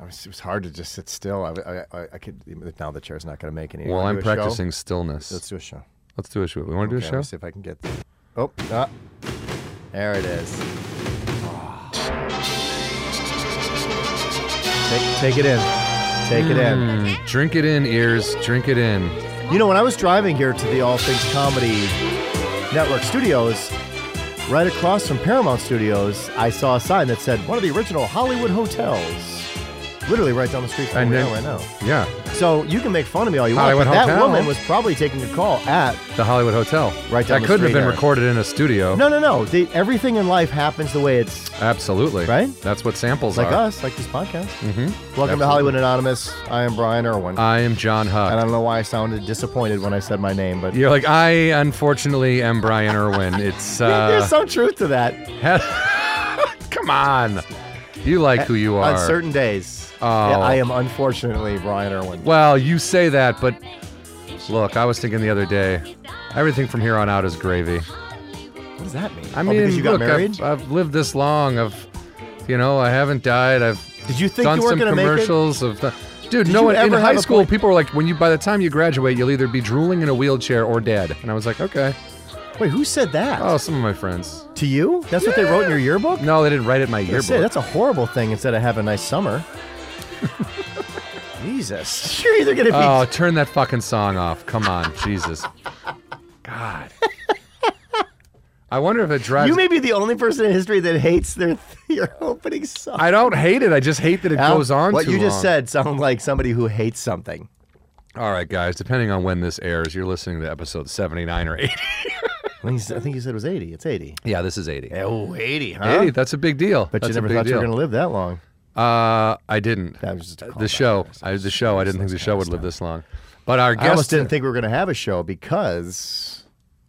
I was, it was hard to just sit still. I, I, I, I could now the chair's not going to make any. Well, Wanna I'm do a show? practicing stillness. Let's Let's, do a show. do a show. We want to Okay, do let a me show? see if I can get. The, oh, ah, there it is. Take, take it in. Take it in. Mm, drink it in, ears. Drink it in. You know, when I was driving here to the All Things Comedy Network Studios, right across from Paramount Studios, I saw a sign that said one of the original Hollywood hotels. Literally right down the street from And where then- I know. Yeah, So you can make fun of me all you want. Hollywood but that Hotel. woman was probably taking a call at. the Hollywood Hotel. Right down That the couldn't street have been there. recorded in a studio. No, no, no. They, everything in life happens the way it's Absolutely. Right? That's what samples like are. us, like this podcast. Mhm. Welcome Absolutely. to Hollywood Anonymous. I am Brian Irwin. I am John and I Huck. don't know why I sounded disappointed when I said my name, but You're like I unfortunately am Brian Irwin. It's uh there's some truth to that. come on. You like who you are. On certain days, Oh. I am unfortunately Brian Irwin. Well, you say that, but look, I was thinking the other day, everything from here on out is gravy. What does that mean? I Oh, mean, because you got look, married. I've, uh, I've lived this long. I've, you know, I haven't died. I've Did you think done you weren't some going to make it? commercials of. The, dude, Did no you one in ever high have a school. point- People were like, when you by the time you graduate, you'll either be drooling in a wheelchair or dead. And I was like, okay. Wait, who said that? Oh, some of my friends. to you? That's what they wrote in your yearbook. No, they didn't write it in my I yearbook. say, that's a horrible thing. Instead of have a nice summer. Jesus, you're either going to be. oh, turn that fucking song off. Come on, Jesus. God. I wonder if it drives. you may be the only person in history that hates their your opening song. I don't hate it. I just hate that it Al, goes on. What too you just long. said sounded like somebody who hates something. All right, guys. Depending on when this airs, you're listening to episode 79 or 80. I think, I think you said it was 80. It's 80. Yeah, this is 80. Oh, 80, huh? 80. That's a big deal. But that's you never a big thought you deal. were going to live that long. Uh, I didn't. That was just a the callback. show. I, the show. I didn't think the show would live this long. But our I almost guest, didn't think we were going to have a show because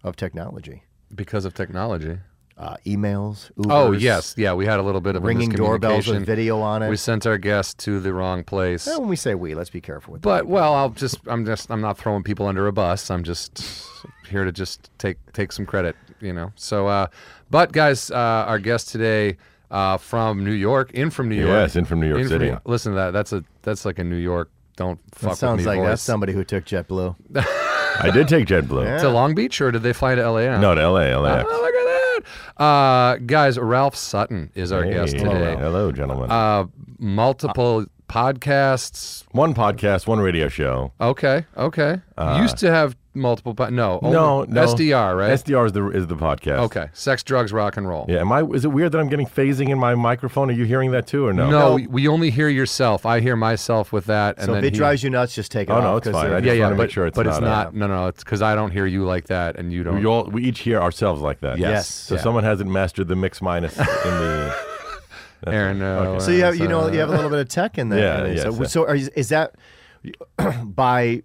of technology. because of technology. Uh, emails, Ubers, Oh yes, yeah. We had a little bit of a ringing doorbells miscommunication. with video on it. We sent our guest to the wrong place. Eh, when we say we, let's be careful with But well, I'll just. I'm just. I'm not throwing people under a bus. I'm just here to just take take some credit. You know. So, uh, but guys, uh, our guest today. Uh, from New York, in from New York. Yes, in from New York In from City. listen to that. That's a that's like a New York. Don't that. fuck That sounds with me like voice. that's somebody who took JetBlue. I did take JetBlue. Yeah. to Long Beach, or did they fly to LAX? No, to LA, LAX. Oh, look at that. Uh, guys, Ralph Sutton is our Hey, guest hello, today. hello, gentlemen. Uh, multiple podcasts. one podcast, one radio show. Okay, okay. Used to have multiple. Po- no, Uh, No, only- no. SDR, right? SDR is the is the podcast. okay, sex, drugs, rock and roll. Yeah. Am I? Is it weird that I'm getting phasing in my microphone? Are you hearing that too, or no? No, we only hear yourself. I hear myself with that, and So then if it he- drives you nuts, just take it Oh, off. no, it's 'cause fine. they're- I Yeah, just yeah, wanna but, make sure it's but it's not. not no, no, no. It's because I don't hear you like that, and you don't. We all we each hear ourselves like that. Yes. So Yeah. someone hasn't mastered the mix minus in the. Aaron. Uh, So you have, you know, you have a little bit of tech in there. I Yeah, mean, yeah, so, so- so are you, is that by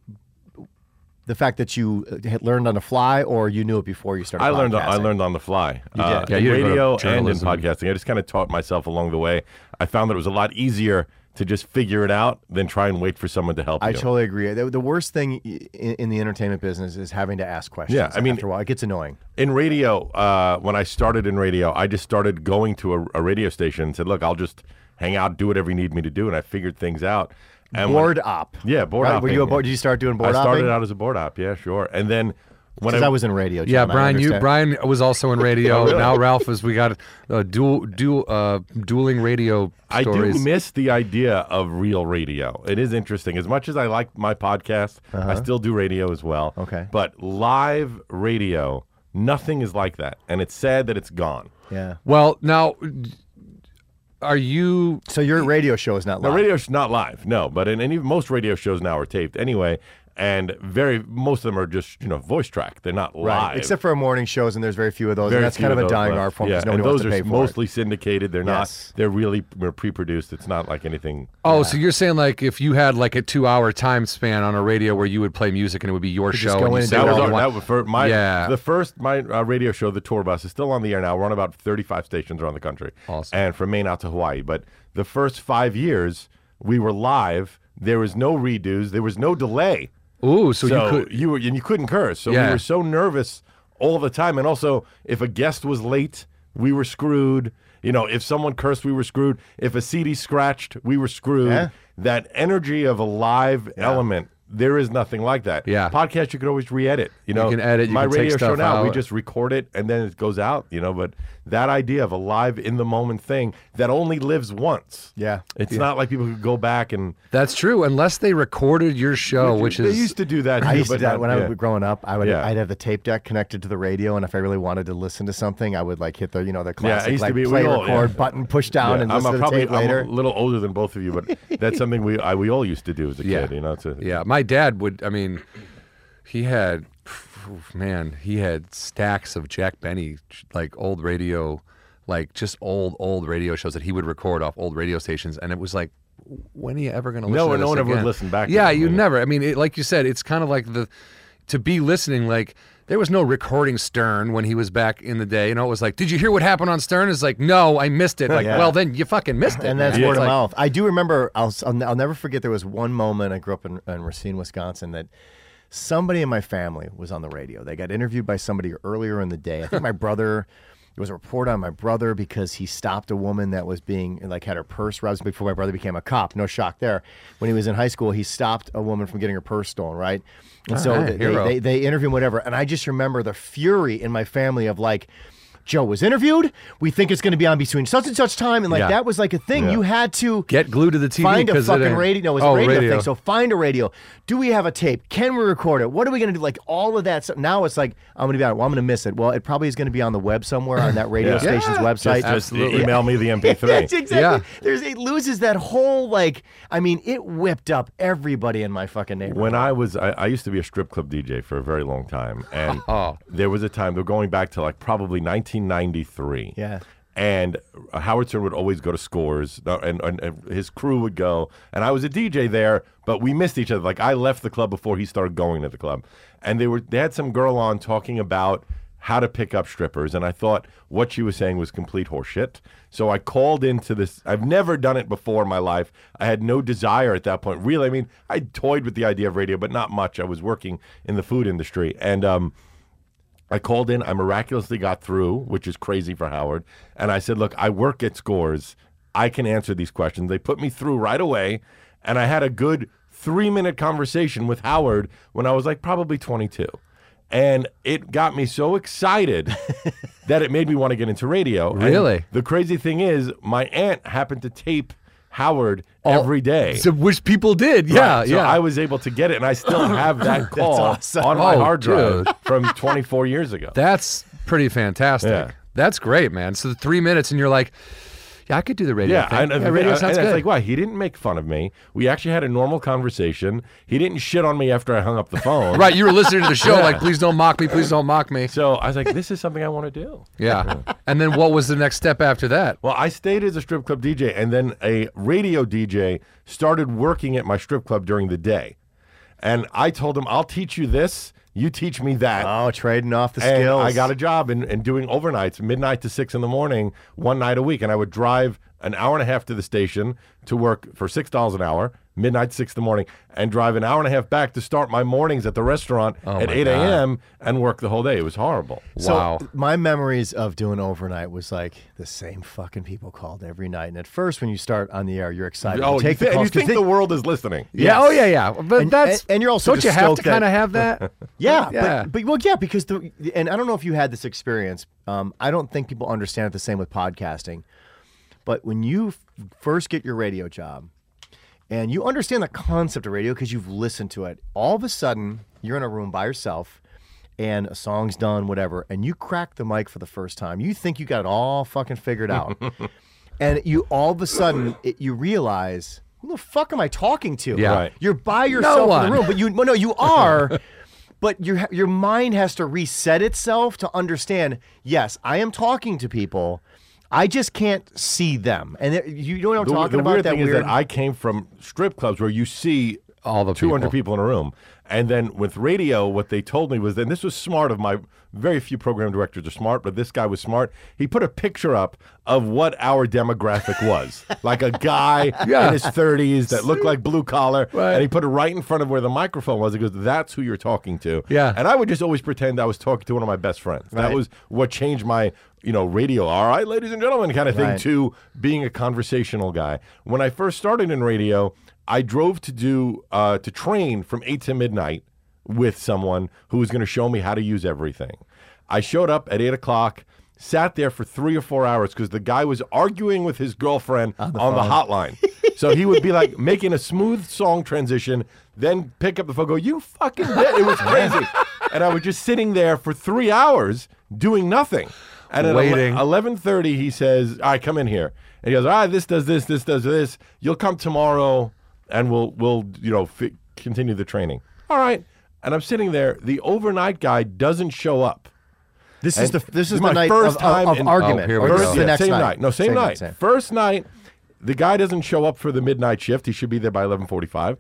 the fact that you had learned on the fly, or you knew it before you started? I learned I podcasting? learned on the fly. You did. Yeah, in you did a bit radio of and in journalism. podcasting. I just kind of taught myself along the way. I found that it was a lot easier to just figure it out than try and wait for someone to help I you. totally agree. The, the worst thing i- in, in the entertainment business is having to ask questions. Yeah, I mean- after a while, it gets annoying. in radio, uh, when I started in radio, I just started going to a, a radio station and said, "Look, I'll just hang out, do whatever you need me to do," and I figured things out. And when- board op. yeah, board Right? Were hopping. you a board? Did you start doing board I started opping? out as a board op. Yeah, sure. And then when Because I was in radio. Yeah, John, I Brian. You understand. Oh, Brian was also in radio. Now Ralph is. We got uh, dual dual uh, dueling radio I stories. do miss the idea of real radio. It is interesting. As much as I like my podcast, I still do radio as well. Uh-huh. Okay. But live radio, nothing is like that. And it's sad that it's gone. Yeah. well, now are you? So your radio show is not The live. radio show's not live, no, but in any most radio shows now are taped anyway, and very most of them are just, you know, voice track. They're not Right, live. except for morning shows, and there's very few of those. Very and that's few kind of a those dying left. art form Yeah, because nobody and those wants to pay are for mostly syndicated. They're Yes. not. They're really pre-produced. It's not like anything. Oh, so you're saying like if you had like a two-hour time span on a radio where you would play music and it would be your show go and in you and say do that what was all you our, want. that was for my Yeah. the first my uh, radio show the tour bus is still on the air now we're on about 35 stations around the country Awesome. and from maine out to hawaii but the first five years we were live there was no redos there was no delay Ooh, so, you could. you were and you couldn't curse so Yeah. we were so nervous all the time and also if a guest was late we were screwed You know, if someone cursed, we were screwed. If a CD scratched, we were screwed. Yeah. That energy of a live element, there is nothing like that. Yeah. Podcast, you could always re edit. You know, can edit, you my can take radio show stuff now, we out. just record it and then it goes out, you know. But that idea of a live in the moment thing that only lives once. Yeah. It's not like people could go back and. That's true, unless they recorded your show, Oh, which they is used to do that. I too, used to but do that not- when I yeah. was growing up. I would Yeah. I'd have the tape deck connected to the radio, and if I really wanted to listen to something, I would like hit the you know the classic used to like be- we play all- record yeah. button, push down, Yeah, and listen I'm a, to the probably tape later. I'm a little older than both of you, but that's something we I, we all used to do as a Yeah. kid. You know, it's a, Yeah, my dad would. I mean, he had, man, he had stacks of Jack Benny, like old radio, like just old old radio shows that he would record off old radio stations, and it was like, when are you ever going to listen? No, to no this one ever would again? listen back to Yeah, it, you you know? never. I mean, it, like you said, it's kind of like the to be listening like. There was no recording Stern when he was back in the day. You know, it was like, "Did you hear what happened on Stern?" It's like, "No, I missed it." Like, Yeah. well, then you fucking missed it. and that's man. word It's of like- mouth. I do remember. I'll, s- I'll ne- I'll never forget. There was one moment I grew up in, in Racine, Wisconsin, that somebody in my family was on the radio. They got interviewed by somebody earlier in the day. I think my brother. It was a report on my brother because he stopped a woman that was being like had her purse robbed before my brother became a cop. No shock there. When he was in high school, he stopped a woman from getting her purse stolen. Right, and so right, they, hero. they, they interview him, whatever. And I just remember the fury in my family of like. Joe was interviewed. We think it's going to be on between such and such time, and like Yeah. that was like a thing. You had to Get glued to the TV Find a 'cause it fucking ain't- radio. No, it's Oh, a radio, radio. thing. So find a radio. Do we have a tape? Can we record it? What are we going to do? Like all of that. stuff. now it's like I'm going to be out. Well, I'm going to miss it. Well, it probably is going to be on the web somewhere on that radio Yeah. station's Yeah. website. Just, just Absolutely. e-, email me the MP3. That's exactly. Yeah. There's it loses that whole like. I mean, it whipped up everybody in my fucking neighborhood. When I was, I, I used to be a strip club DJ for a very long time, and Oh. there was a time. They're going back to like probably 1993. Yeah. And Howardson would always go to scores, uh, and, and, and his crew would go. And I was a DJ there, but we missed each other. Like I left the club before he started going to the club, and they were they had some girl on talking about how to pick up strippers, and I thought what she was saying was complete horseshit. So I called into this. I've never done it before in my life. I had no desire at that point. Really, I mean, I toyed with the idea of radio, but not much. I was working in the food industry, and um, I called in. I miraculously got through, which is crazy for Howard. And I said, "Look, I work at Scores. I can answer these questions." They put me through right away, and I had a good three-minute conversation with Howard when I was like probably 22, and it got me so excited that it made me want to get into radio. And Really? the crazy thing is, my aunt happened to tape Howard every day. So, which people did. Yeah, Right, so yeah. I was able to get it, and I still have that call awesome. on my Oh, hard drive dude. from 24 years ago. That's pretty fantastic. Yeah. That's great, man. So three minutes, and you're like, yeah, I could do the radio. Yeah, thing. and, and, yeah radio and sounds it's good. like, why? He didn't make fun of me. We actually had a normal conversation. He didn't shit on me after I hung up the phone. right, you were listening to the show, like, please don't mock me, please don't mock me. So I was like, this is something I want to do. Yeah. and then what was the next step after that? Well, I stayed as a strip club DJ, and then a radio DJ started working at my strip club during the day. And I told him, I'll teach you this, you teach me Ah. that. oh, trading off the and skills. I got a job and, and doing overnights, midnight to six in the morning, one night a week. And I would drive an hour and a half to the station to work for six dollars an hour, midnight to six in the morning, and drive an hour and a half back to start my mornings at the restaurant at my eight God. a.m. and work the whole day. It was horrible. So wow. my memories of doing overnight was like the same fucking people called every night. And at first, when you start on the air, you're excited. Oh, you take you, thi- the and calls you 'cause think they- the world is listening? Yeah. Oh, yeah, yeah. But And- that's and- and you're also don't you just have stoked to that- kind of have that? Yeah, Yeah. But, but well, yeah, because the and I don't know if you had this experience. Um, I don't think people understand it the same with podcasting. But when you f- first get your radio job, and you understand the concept of radio because you've listened to it, all of a sudden you're in a room by yourself, and a song's done, whatever, and you crack the mic for the first time. You think you got it all fucking figured out, and you all of a sudden it, you realize. Who the fuck am I talking to? Yeah. Right. You're by yourself in one. the room, but you well, no, you are. but your your mind has to reset itself to understand. Yes, I am talking to people. I just can't see them, and it- you know what I'm The, w- talking the about. weird that thing weird. is that I came from strip clubs where you see All the 200 people. people in a room. And then with radio, what they told me was, and this was smart of my very few program directors are smart, but this guy was smart. He put a picture up of what our demographic was like a guy Yeah. in his 30s that looked like blue collar. Right. And he put it right in front of where the microphone was. He goes, That's who you're talking to. Yeah. And I would just always pretend I was talking to one of my best friends. That Right. was what changed my, you know, radio, all right, ladies and gentlemen, kind of thing Right. to being a conversational guy. When I first started in radio, I drove to do uh, to train from eight to midnight with someone who was going to show me how to use everything. I showed up at eight o'clock, sat there for three or four hours because the guy was arguing with his girlfriend on the, hotline. So he would be like making a smooth song transition, then pick up the phone, go, "You fucking!" Dead. It was crazy, and I was just sitting there for three hours doing nothing. And at ele- Waiting. 11:30 he says, "All right, come in here." And he goes, "All right, this does this, this does this. You'll come tomorrow and we'll we'll, you know, fi- continue the training." All right. And I'm sitting there, the overnight guy doesn't show up. This is And the this is my the night of, first of- time of in- argument. Oh, here or we this go. is Yeah, the next same night. No, same, night. same. First night, the guy doesn't show up for the midnight shift. He should be there by 11:45.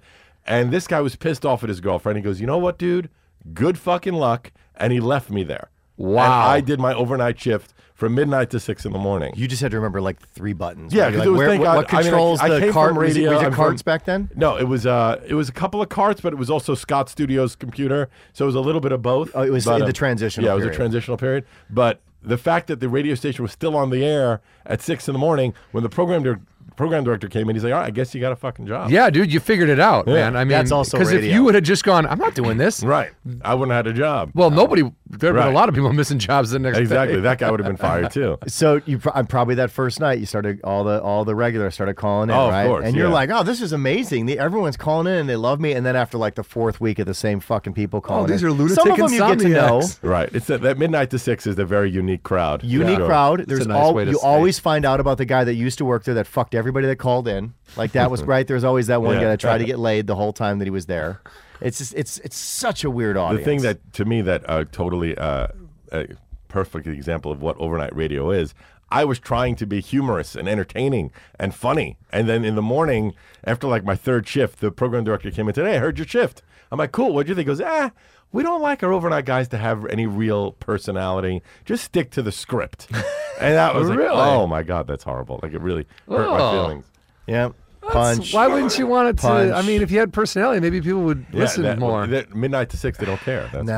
And this guy was pissed off at his girlfriend. He goes, "You know what, dude? Good fucking luck." And he left me there. And Wow. I did my overnight shift from midnight to six in the morning. You just had to remember like three buttons. Yeah, right? 'cause Like, it was, where- thank what, God- what I mean, I- controls I the came from card? was it- radio, was it I'm from- cards back then? No, it was uh, it was a couple of carts, but it was also Scott Studios' computer, so it was a little bit of both. Oh, it was but, in the um, transitional Yeah, it was period. a transitional period. But the fact that the radio station was still on the air at six in the morning when the program dir- program director came in, he's like, "All right, I guess you got a fucking job." Yeah, dude, you figured it out, man. I mean, That's also because if radio. you would have just gone, I'm not doing this. right. I wouldn't have had a job. Well, nobody. There have been Right. a lot of people missing jobs the next day. exactly. That guy would have been fired too. So you pr- I'm probably that first night you started all the all the regulars started calling in, Oh, of right? course, and you're yeah. like, oh, this is amazing. The, everyone's calling in and they love me. And then after like the fourth week of the same fucking people Oh, calling, these in, are lunatic Some of them you get to know. insomniacs. Right. It's that, that midnight to six is a very unique crowd. Unique Sure. crowd. There's a nice all way to you say. always find out about the guy that used to work there that fucked everybody that called in. Like that was right. There's always that one Yeah. guy that tried to get laid the whole time that he was there. It's just it's it's such a weird audience. the thing that to me that uh, totally uh, a perfect example of what overnight radio is i was trying to be humorous and entertaining and funny and then in the morning after like my third shift the program director came in today i heard your shift i'm like cool what'd you think he goes ah we don't like our overnight guys to have any real personality just stick to the script and that was like Really? oh my god that's horrible like it really hurt my Oh. feelings yeah, That's- punch. Why wouldn't you want it to? I Punch. mean, if you had personality, maybe people would Yeah, listen that- more. that midnight to six they don't care that's No,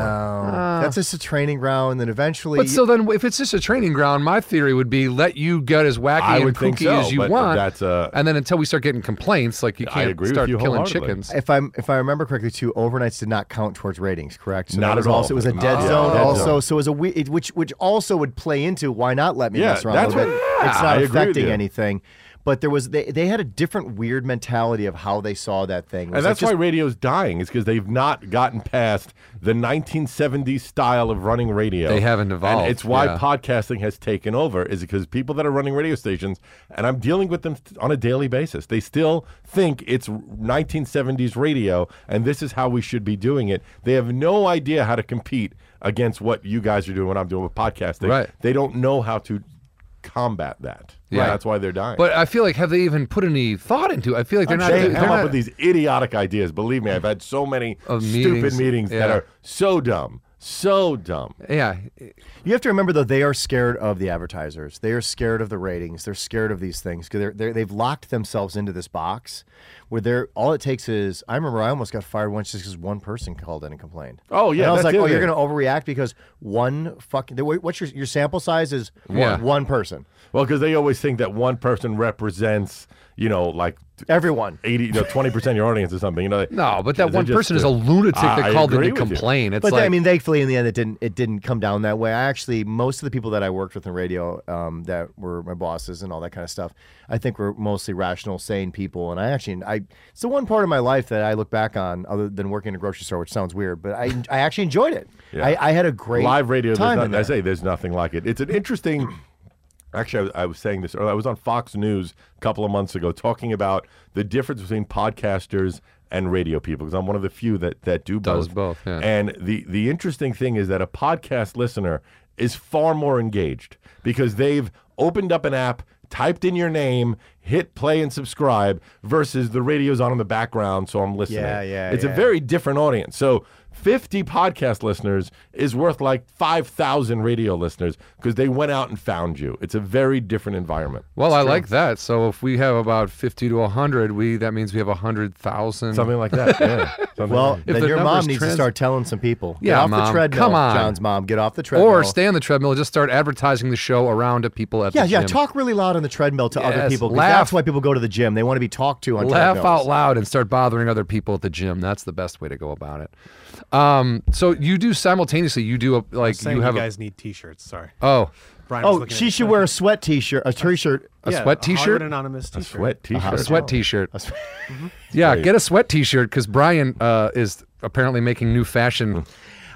why. that's just a training ground. Then eventually, Uh. but so then, if it's just a training ground, my theory would be let you get as wacky I and would think kooky so, as you but want. that's, uh, and then until we start getting complaints, like you I can't agree with start you killing wholeheartedly. chickens. if I'm if I remember correctly, too, overnights did not count towards ratings, correct? So Not that was at all. Ah. Also, it was a dead Yeah, zone. dead also, zone. so it was a we- it- which which also would play into why not let me Yeah, mess around a that's little bit. what- it's yeah, I not agree with affecting you. anything. But there was they, they had a different weird mentality of how they saw that thing. It was And like that's just- why radio's dying, is because they've not gotten past the 1970s style of running radio. They haven't And evolved, it's why yeah. podcasting has taken over, is because people that are running radio stations, and I'm dealing with them on a daily basis, they still think it's 1970s radio and this is how we should be doing it. They have no idea how to compete against what you guys are doing, what I'm doing with podcasting. Right. They don't know how to combat that. Yeah. That's why they're dying. but I feel like have they even put any thought into? it? I feel like they're not. They they're come not- up with these idiotic ideas. Believe me, I've had so many Of stupid meetings, meetings, that yeah. are so dumb, so dumb. Yeah, you have to remember though they are scared of the advertisers. They are scared of the ratings. They're scared of these things because they're, they're they've locked themselves into this box where they're all it takes is I remember I almost got fired once just because one person called in and complained. Oh, yeah, and I was that's like, the oh, other you're thing. going to overreact because one fucking the- what's your your sample size is one, Yeah. one person. Well, because they always think that one person represents, you know, like Everyone. 80, you know, 20% of your audience or something. You know, no, but that they're one just, person is uh, a lunatic I- I that called in agree to with you. complain. It's But like I mean, thankfully, in the end, it didn't. It didn't come down that way. I actually, most of the people that I worked with in radio, um, that were my bosses and all that kind of stuff, I think were mostly rational, sane people. And I actually, I it's the one part of my life that I look back on, other than working in a grocery store, which sounds weird, but I I actually enjoyed it. I, I had a great Live radio, there's Time in nothing, I there. say there's nothing like it. It's an interesting. Actually, I was, I was saying this earlier. I was on Fox News a couple of months ago talking about the difference between podcasters and radio people because I'm one of the few that that do Does both. both, yeah. And the the interesting thing is that a podcast listener is far more engaged because they've opened up an app, typed in your name, hit play and subscribe versus the radio's on in the background, so I'm listening. Yeah, yeah, It's yeah. a very different audience. So 50 podcast listeners is worth like 5,000 radio listeners because they went out and found you. It's a very different environment. Well, I like that. So if we have about fifty to hundred, we that means we have hundred thousand. Something like that. Yeah. Something Well, like- If then the your numbers mom needs to trans- start telling some people. Get Yeah, off the Mom. treadmill. Come on. John's mom, get off the treadmill. Or stay on the treadmill. and Just start advertising the show around to people at Yeah, the yeah. gym. Talk really loud on the treadmill to other Yes, people. 'cause laugh. That's why people go to the gym. They want to be talked to on laugh treadmills. out loud and start bothering other people at the gym. That's the best way to go about it. Um, so you do simultaneously. You do a like Saying you you, have guys need T-shirts. Sorry, a, oh Brian. was Oh, looking she at should wear a sweat t-shirt, a t-shirt. a sweat Hollywood T-shirt, Anonymous T-shirt. sweat t a shirt. sweat T-shirt. a sweat- Yeah, get a sweat T-shirt because Brian uh, is apparently making new Mm. fashion.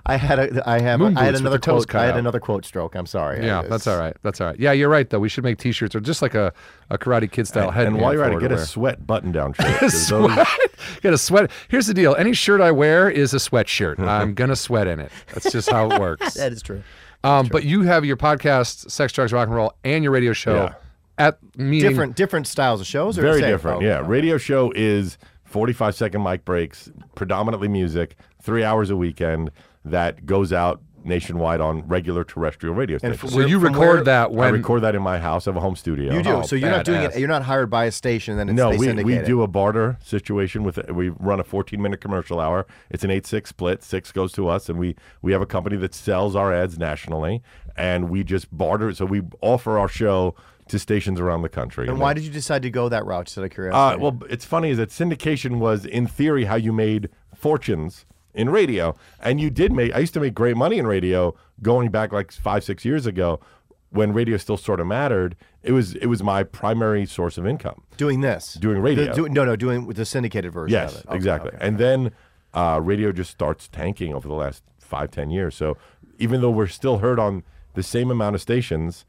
I had a, I have, Moon I had boots with another the toes quote. cut I had out. another quote stroke. I'm sorry. Yeah, I- that's all right. That's all right. Yeah, you're right though. We should make T-shirts or just like a, a Karate Kid style head. And while you're at it, get a sweat button down shirt. 'cause those- sweat. Get a sweat. Here's the deal. Any shirt I wear is a sweatshirt. I'm gonna sweat in it. That's just how it works. That is true. Um, but you have your podcast, Sex, Drugs, Rock and Roll, and your radio show Yeah. at meeting. Different, different styles of shows. Or Very same? different. Oh, yeah. okay. Radio show is 45 second mic breaks, predominantly music, three hours a weekend that goes out nationwide on regular terrestrial radio And stations. f- So where- you from record where- that I when record that in my house. I have a home studio. You do. Oh, so you're not doing badass. it. You're not hired by a station. Then it's, No, they we, syndicate we it. do a barter situation with we run a 14 minute commercial hour. It's an 8 6 split. 6 goes to us and we we have a company that sells our ads nationally and we just barter so we offer our show to stations around the country. And And why did you decide to go that route? Just out of Uh, curiosity. well, b- it's funny is that syndication was, in theory, how you made fortunes in radio, and you did make. I used to make great money in radio going back like five, six years ago, when radio still sort of mattered. It was it was my primary source of income. doing this. doing radio. The- do- no, no, doing with the syndicated version. Yes, of it. Okay, exactly. okay. And then uh, radio just starts tanking over the last five, ten years. So even though we're still heard on the same amount of stations.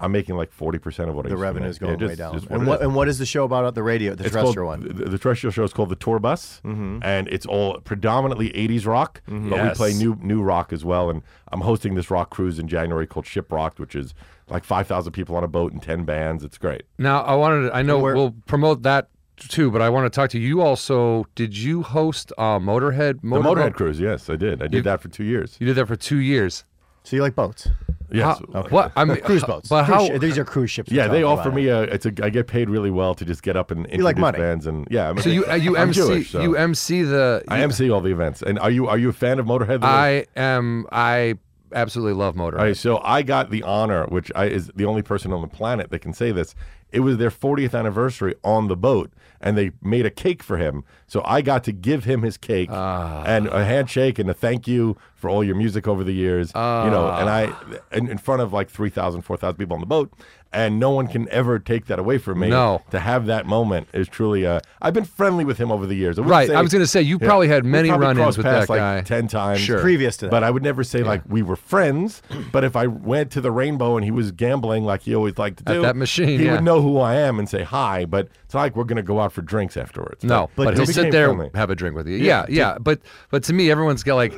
I'm making like forty percent of what I The used to revenue is make. Yeah, going way just- down. just and it what is. and what is the show about? at The radio, the It's called, terrestrial one. Mm-hmm. The, the terrestrial show is called the Tour Bus, and it's all predominantly '80s rock, but Yes. we play new new rock as well. And I'm hosting this rock cruise in January called Ship Rocked, which is like 5,000 people on a boat and 10 bands. It's great. Now I wanted. To, I know Where- we'll promote that too, but I want to talk to you also. Did you host uh, Motorhead? The Motorboat- Motorhead cruise, yes, I did. I did that for two years. You did that for two years. So you like boats? Yes. How- What? I mean, Cruise boats. But Cruise how? shi- these are cruise ships. we're Yeah, they talking offer about. me a. It's a. I get paid really well to just get up and introduce like money. bands and yeah. I'm a So big you uh, fan. you I'm MC Jewish, so you MC the. I MC all the events. And are you are you a fan of Motorhead? The I am. I absolutely love Motorhead. All right, so I got the honor, which I is the only person on the planet that can say this. It was their 40th anniversary on the boat, and they made a cake for him. So I got to give him his cake Ah. and a handshake and a thank you for all your music over the years. you know, and I Ah. in, in front of like 3,000, 4,000 people on the boat, and no one can ever take that away from me. No. to have that moment is truly. Uh, I've been friendly with him over the years. I wouldn't Right, say- I was gonna say, you probably had we many probably run-ins crossed with that paths, like, guy. ten times Sure. Previous to that. But I would never say like we were friends. But if I went to the Rainbow and he was gambling like he always liked to At do, that machine, he yeah. would know who I am and say hi. But it's not like we're gonna go out for drinks afterwards. No, but, but, to he became sit there friendly. have a drink with you. Yeah, yeah. But but to me, everyone's got like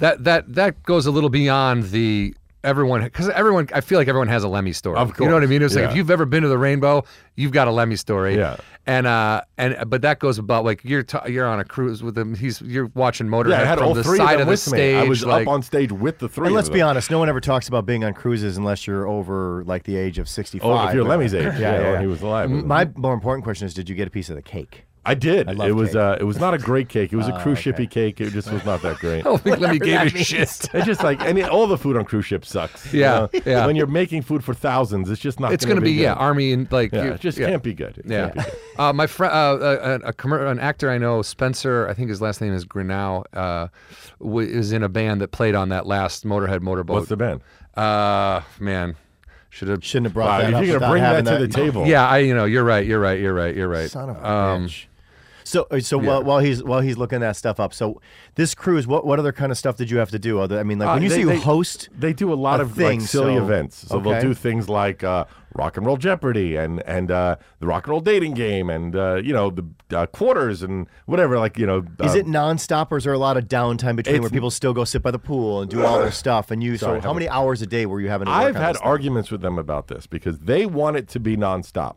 that that that goes a little beyond the everyone because everyone I feel like everyone has a Lemmy story. Of you know what I course, mean? It's like yeah. if you've ever been to the Rainbow, you've got a Lemmy story. Yeah. and uh and but that goes about like you're t- you're on a cruise with him. He's you're watching Motorhead Yeah, I had from all the three side of of them the with stage. me. I was like, up on stage with the three. And of let's them. be honest, no one ever talks about being on cruises unless you're over like the age of 65. Oh, if you're But- Lemmy's age, yeah, yeah, when yeah. he was alive. wasn't he? My more important question is, did you get a piece of the cake? I did. love it was cake. Ah, uh, it was not a great cake. It was a cruise shippy cake. It just was not that great. I don't think Lemmy gave a shit. It's just like any all the food on cruise ships sucks. you Yeah, know? yeah. When you're making food for thousands, it's just not. It's gonna be yeah, good. army and like Yeah, you- it just yeah. can't be good. It Yeah. can't be good. uh, my friend, uh, uh, a, a commer- an actor I know, Spencer, I think his last name is Grinnell, uh, w- is in a band that played on that last Motorhead Motorboat. What's the band? Uh, man, should have. Shouldn't have brought that Wow, if up. you're without gonna bring that having to the table. Yeah, I, you know, you're right, you're right, you're right, you're right. Son of a Um, bitch. So, uh, so while, while he's while he's looking that stuff up, so this cruise, what what other kind of stuff did you have to do? Other, I mean, like when Uh, you they- say you they- host, They do a lot a of thing, like silly so- events. So okay. they'll do things like uh, rock and roll Jeopardy and and uh, the rock and roll dating game and uh, you know the uh, quarters and whatever. Like you know, uh, is it nonstop or is there a lot of downtime between It's- where people still go sit by the pool and do all their stuff? And you, so how many hours a day were you having? To work I've on had this thing? arguments with them about this because they want it to be nonstop.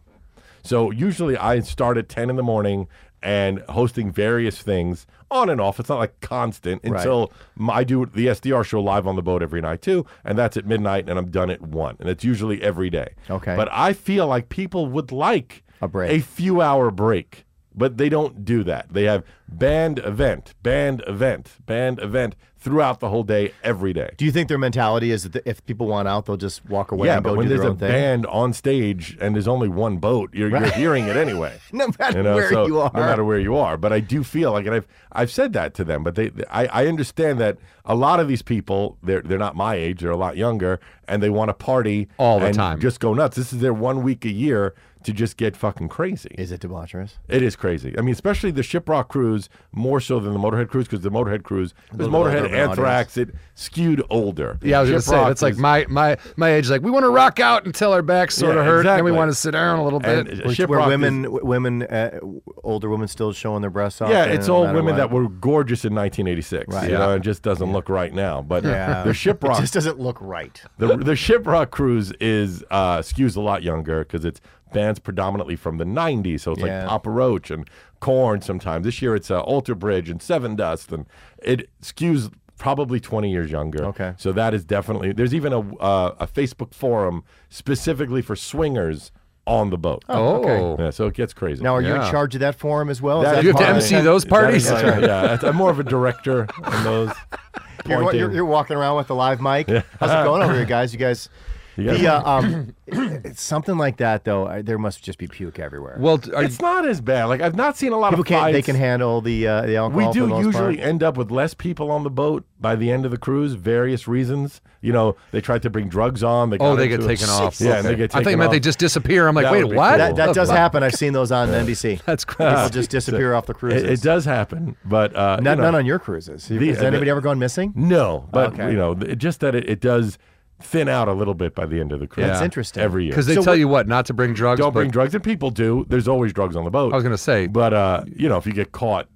So usually I start at 10 in the morning and hosting various things on and off. It's not like constant until m I I do the SDR show live on the boat every night too, and that's at midnight, and I'm done at one, and it's usually every day. Okay. but I feel like people would like A break. a few hour break, but they don't do that. They have band event, band event, band event throughout the whole day, every day. Do you think their mentality is that if people want out, they'll just walk away yeah, and go but when do there's their a own thing? band on stage and there's only one boat, you're, you're hearing it anyway. no matter you know, where so you are. no matter where you are. But I do feel like, and I've I've said that to them, but they, they- I, I understand that a lot of these people, they're they're not my age, they're a lot younger, and they want to party All the and time. just go nuts. This is their one week a year to just get fucking crazy. is it debaucherous? It is crazy. I mean, especially the Shiprock cruise more so than the Motorhead cruise because the Motorhead cruise was little bit older Motorhead of an audience. Anthrax. It skewed older. Yeah, I was gonna say Shiprock that's like was- my my my age. Like we want to rock out until our backs sort Yeah, of hurt, and then we exactly. want to sit down a little bit. and uh, Where Shiprock is- women, w- women, uh, w- older women still showing their breasts off. Yeah, and it's no all matter women what. that were gorgeous in 1986. Right. You know, it just doesn't look right now. But Yeah. the Shiprock It just doesn't look right. The, the Shiprock Cruise is uh, skews a lot younger because it's bands predominantly from the 90s. So it's Yeah. like Papa Roach and Corn sometimes. This year it's uh, Alter Bridge and Seven Dust, and it skews probably 20 years younger. Okay. So that is definitely, there's even a, uh, a Facebook forum specifically for swingers on the boat. oh, Yeah, so it gets crazy. Now, are you in Yeah. charge of that forum as well? Is That that is you have to part of my- it? MC those that parties. is my- yeah, that's- I'm more of a director on those. You're, wa- pointing. you're, you're walking around with the live mic. How's it going over here, guys? You guys. You guys- the, uh, um, it's something like that, though. I, there must just be puke everywhere. Well, d- are you, it's not as bad. Like I've not seen a lot People of can't. They fights. can handle the uh, the alcohol. We for do the most usually part. end up with less people on the boat by the end of the cruise, various reasons. You know, they tried to bring drugs on. They oh, got they get into a- taken off. Yeah, Okay. and they get I taken think meant off. they just disappear. I'm like, That wait, would be what? cool. That, that Oh, does wow. happen. I've seen those on NBC. That's People crazy. just disappear off the cruises. It, it does happen, but uh, you Not, know, none on your cruises. Has the- anybody ever gone missing? No, but Okay. you know, th- just that it, it does thin out a little bit by the end of the cruise. That's interesting. Every year, Because they So tell what- you what not to bring drugs. don't but bring drugs, and people do. There's always drugs on the boat. I was gonna say, But uh, you know, if you get caught,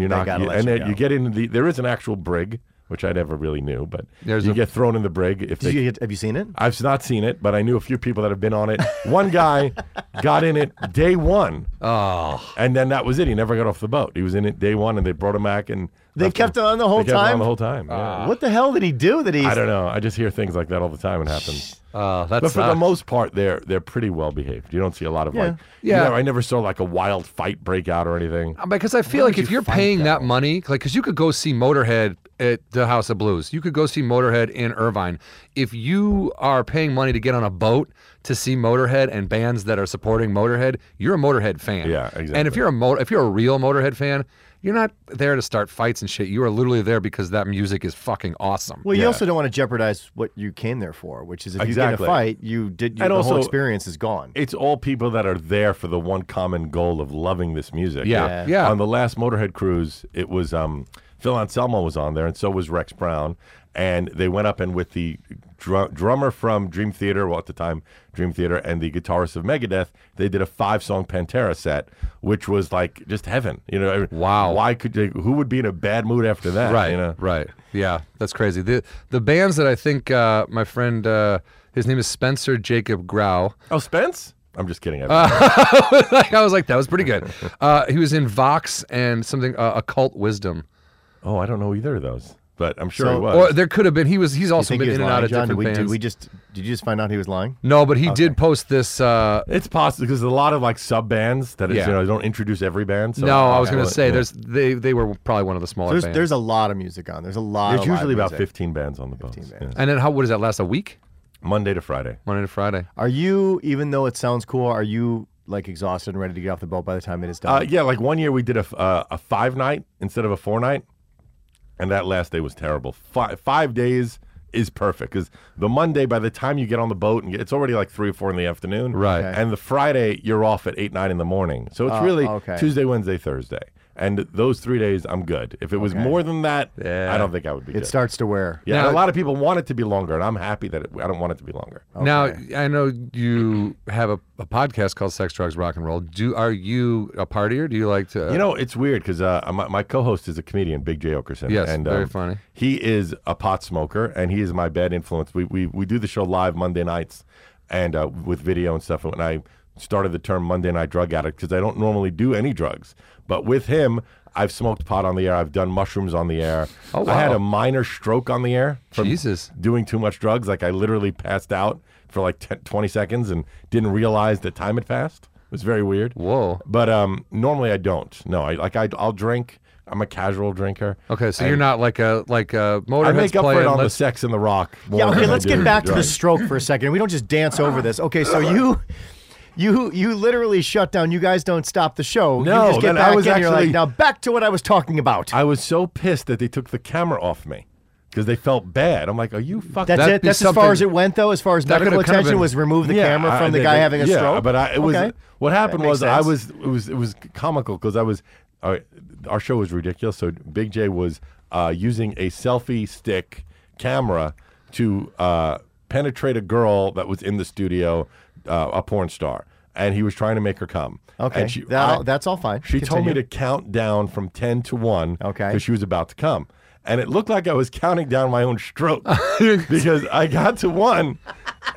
You're- you're, they not. gotta You, let and you then you go. get into the. There is an actual brig, which I never really knew, but There's you a- get thrown in the brig Did if they. you get, have you seen it? I've not seen it, but I knew a few people that have been on it. One guy got in it day one, oh, and then that was it. He never got off the boat. He was in it day one, and they brought him back, and They left kept him on the whole They kept him time? on the whole time. yeah. Ah. What the hell did he do that he? uh, I don't know. I just hear things like that all the time. It happens. oh, that's But for the most part, they're they're pretty well behaved. You don't see a lot of like, you Yeah. know, I never saw like a wild fight break out or anything. because I feel like if you're paying that money, like because you could go see Motorhead at the House of Blues, you could go see Motorhead in Irvine. If you are paying money to get on a boat to see Motorhead and bands that are supporting Motorhead, you're a Motorhead fan. Yeah, And if exactly. you're a mo- if you're a real Motorhead fan, you're not there to start fights and shit. You are literally there because that music is fucking awesome. Well, you Yeah. also don't want to jeopardize what you came there for, which is if you get in a Exactly. fight, you did you, And the whole also- experience is gone. It's all people that are there for the one common goal of loving this music. Yeah. Yeah. Yeah. On the last Motorhead cruise, it was um, Phil Anselmo was on there, and so was Rex Brown, and they went up and with the dr- drummer from Dream Theater, well at the time Dream Theater, and the guitarist of Megadeth, they did a five song Pantera set, which was like just heaven. You know. Wow. Why could they, who would be in a bad mood after that? Right. You know. Right. Yeah. That's crazy. The the bands that I think uh, my friend uh, his name is Spencer Jacob Grau. Oh, Spence. I'm just kidding. I- like, I was like, that was pretty good. Uh, he was in Vox and something uh, occult wisdom. oh, I don't know either of those, but I'm sure So- he was. Or there could have been. He was. He's Oh. you also think been he was in and out lying, of John? Did different we, bands. did we just did you just find out he was lying? No, but he did post this. Uh, It's possible because a lot of like sub bands that is, Yeah. you know, they don't introduce every band. So no, I was going Yeah. to say there's they they were probably one of the smaller There's bands. there's a lot of music on. There's a lot. There's of live usually about music. 15 bands on the boat. bands. and then how? What does that last? A week? Monday to Friday. Monday to Friday. Are you even though it sounds cool? Are you like exhausted and ready to get off the boat by the time it is done? Uh, yeah, like one year we did a, f- uh, a five night instead of a four night, and that last day was terrible. Five, five days is perfect because the Monday, by the time you get on the boat, and get, it's already like three or four in the afternoon. Right. Okay. And the Friday, you're off at eight, nine in the morning. So it's really okay. Tuesday, Wednesday, Thursday. And those three days, I'm good. If it was more than that, Yeah. I don't think I would be it good. starts to wear. Yeah, and Now- a lot of people want it to be longer, and I'm happy that it, I don't want it to be longer. Now I know you have a, a podcast called Sex, Drugs, Rock and Roll. Do are you a partier? Do you like to? You know, it's weird because uh, my, my co-host is a comedian, Big J Okerson. Yes, and, um, very funny. He is a pot smoker, and he is my bad influence. We we, we do the show live Monday nights, and uh, with video and stuff. And I started the term Monday night drug addict because I don't normally do any drugs. But with him, I've smoked pot on the air. I've done mushrooms on the air. Oh, I had wow. a minor stroke on the air from Jesus. doing too much drugs. Like I literally passed out for like 10, 20 seconds and didn't realize the time had passed. It was very weird. Whoa. But um, normally I don't. No, I like I, I'll drink. I'm a casual drinker. Okay, so you're not like a like a motorhead. I make up playing, for it on the let's- Sex and the Rock. more Yeah, okay, than I let's do get back to the drugs. stroke for a second. We don't just dance over this. Okay, so you you you literally shut down. You guys don't stop the show. No, you just get then I back was in, you're like, actually- now back to what I was talking about. I was so pissed that they took the camera off me because they felt bad. I'm like, are you fucking? that's that'd it. be That's as far as something- it went, though. As far as That could've medical kinda attention been- was remove the Yeah, camera I- from the they- guy they- having a yeah, stroke. But I, it was Okay. what happened makes was I sense. was it was it was comical because I was all right, our show was ridiculous. So Big J was uh, using a selfie stick camera to uh, penetrate a girl that was in the studio, uh, a porn star, and he was trying to make her come. Okay, and she, that, I- that's all fine. she told Continue. me to count down from 10 to 1 Okay. because she was about to come. And it looked like I was counting down my own stroke because I got to 1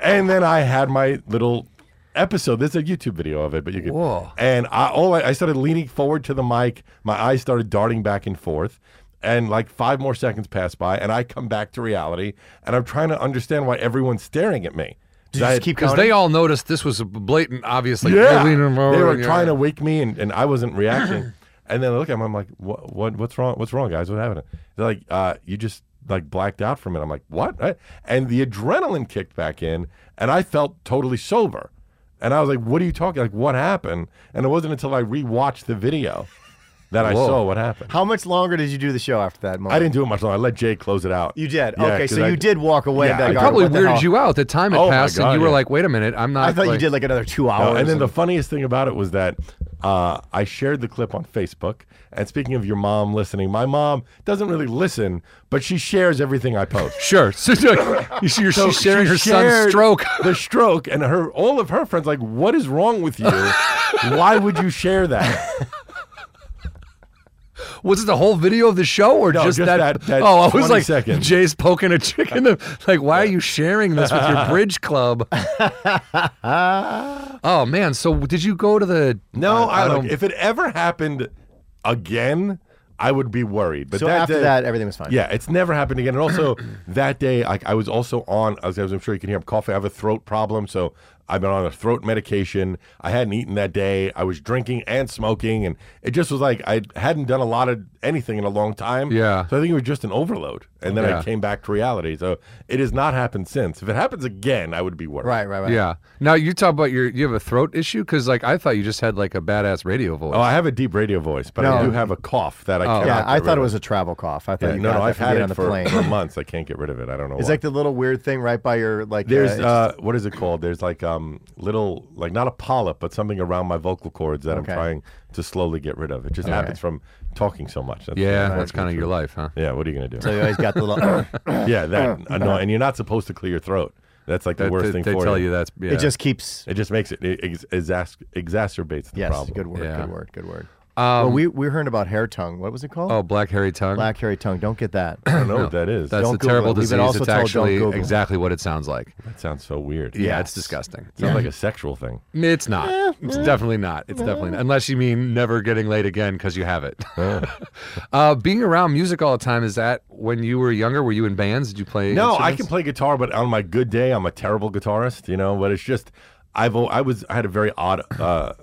and then I had my little episode. There's a YouTube video of it, but you can Whoa. and I all I, I started leaning forward to the mic. My eyes started darting back and forth. And like five more seconds pass by, and I come back to reality, and I'm trying to understand why everyone's staring at me. Did you I- just keep Because going. they all noticed this was a blatant, obviously. yeah, Leaning them over they were and- trying to wake me, and, and I wasn't reacting. and then I look at him, I'm like, what, what, what's wrong? What's wrong, guys? What happened? They're like, uh, you just like blacked out for a minute. I'm like, what? I- And the adrenaline kicked back in, and I felt totally sober. And I was like, what are you talking? Like, what happened? And it wasn't until I rewatched the video that I Whoa. saw what happened. How much longer did you do the show after that moment? I didn't do it much longer. I let Jay close it out. You did. Yeah, okay, 'cause so I- you did walk away. Yeah, with that I guy. Probably What the hell? weirded you out. The time had Oh my passed, God, and you were yeah. like, "Wait a minute, I'm not." I thought you did like another two hours. Oh, and then of- the funniest thing about it was that uh, I shared the clip on Facebook. And speaking of your mom listening, my mom doesn't really listen, but she shares everything I post. Sure. So, you're, So she's sharing she her shared son's stroke. the stroke, and her all of her friends like, "What is wrong with you? Why would you share that?" Was it the whole video of the show or No, just, just that, that- that Oh, I 20 was like, seconds. Jay's poking a chick in the. Like, why are you sharing this with your bridge club? oh man! So did you go to the? No, I, don't- don't. If it ever happened again, I would be worried. But so that after day- that, everything was fine. Yeah, it's never happened again. And also that day, like I was also on, as I'm sure you can hear, I'm coughing. I have a throat problem, so I've been on a throat medication. I hadn't eaten that day. I was drinking and smoking, and it just was like I hadn't done a lot of anything in a long time. Yeah. So I think it was just an overload, and then Yeah. I came back to reality. So it has not happened since. If it happens again, I would be worried. Right, right, right. Yeah. Now you talk about your. You have a throat issue because like I thought you just had like a badass radio voice. Oh, I have a deep radio voice, but I No. Oh. do have a cough that I. cannot Yeah, get I rid thought it of. was a travel cough. I thought Yeah, you no, got no, that I've from had being it on the for, plane. for months. I can't get rid of it. I don't know. It's why. like the little weird thing right by your like. There's uh, it's- uh, what is it called? There's like um little like not a polyp, but something around my vocal cords that Okay. I'm trying to slowly get rid of. It just happens from talking so much. That's, yeah, that's- that's kind of your life, huh? yeah. What are you gonna do? so you always got the little. yeah, that uh, no, and you're not supposed to clear your throat. That's like the That- worst they, thing they for tell you. you that's yeah. It just keeps. It just makes it, it ex- exas- exacerbates the Yes, problem. Um, good word, Yeah. good word, good word. well, we we heard about hair tongue. What was it called? oh black hairy tongue. Black hairy tongue. Don't get that. I don't know what that is. That's Don't a Google terrible it. We've disease. been also told it's don't actually Google. exactly what it sounds like. that sounds so weird. Yeah, Yes. it's disgusting. sounds like a sexual thing. It's not. It's definitely not. It's definitely not. Unless you mean never getting laid again because you have it. uh, being around music all the time, is that when you were younger? Were you in bands? Did you play? No, I instruments? can play guitar, but on my good day, I'm a terrible guitarist. You know, but it's just I've al- I was I had a very odd. Uh,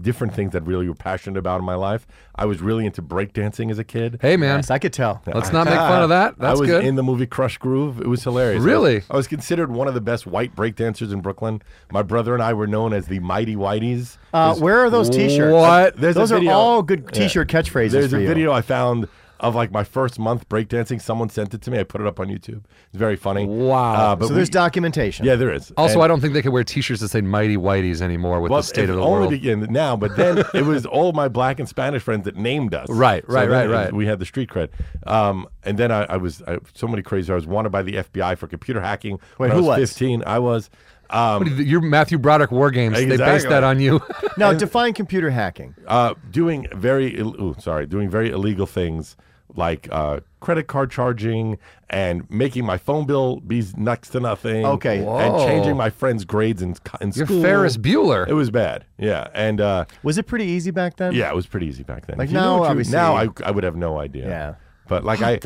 Different things that really were passionate about in my life. I was really into breakdancing as a kid. Hey, man. Yes, I could tell. Let's not make fun of that. That's I was good. in the movie Crush Groove. It was hilarious. Really? I was considered one of the best white breakdancers in Brooklyn. My brother and I were known as the Mighty Whiteys. Uh, where are those T-shirts? What? There's a those are video. all good T-shirt catchphrases. There's for a you. video I found of like my first month breakdancing. Someone sent it to me. I put it up on YouTube. It's very funny. Wow. Uh, but So there's we- documentation. yeah, there is. also, And- I don't think they could wear T-shirts that say "Mighty Whiteys" anymore with Well, the state if of the only world. begin now, but then it was all my black and Spanish friends that named us. Right, right, then right, it- right. We had the street cred, um, and then I, I was I, so many crazy. I was wanted by the FBI for computer hacking. Wait, when I who was? Fifteen. I was. Um, Your Matthew Broderick war games. They based Exactly. that on you. Now define computer hacking. uh, doing very Ill- ooh, sorry, doing very illegal things like uh, credit card charging and making my phone bill be next to nothing. Okay. And Whoa. changing my friends' grades in, co- in You're school. Ferris It Bueller. was bad. Yeah. And uh, Was it pretty easy back then? yeah, it was pretty easy back then. Like If you knew now, what you- obviously- now I, I would have no idea. Yeah. But like I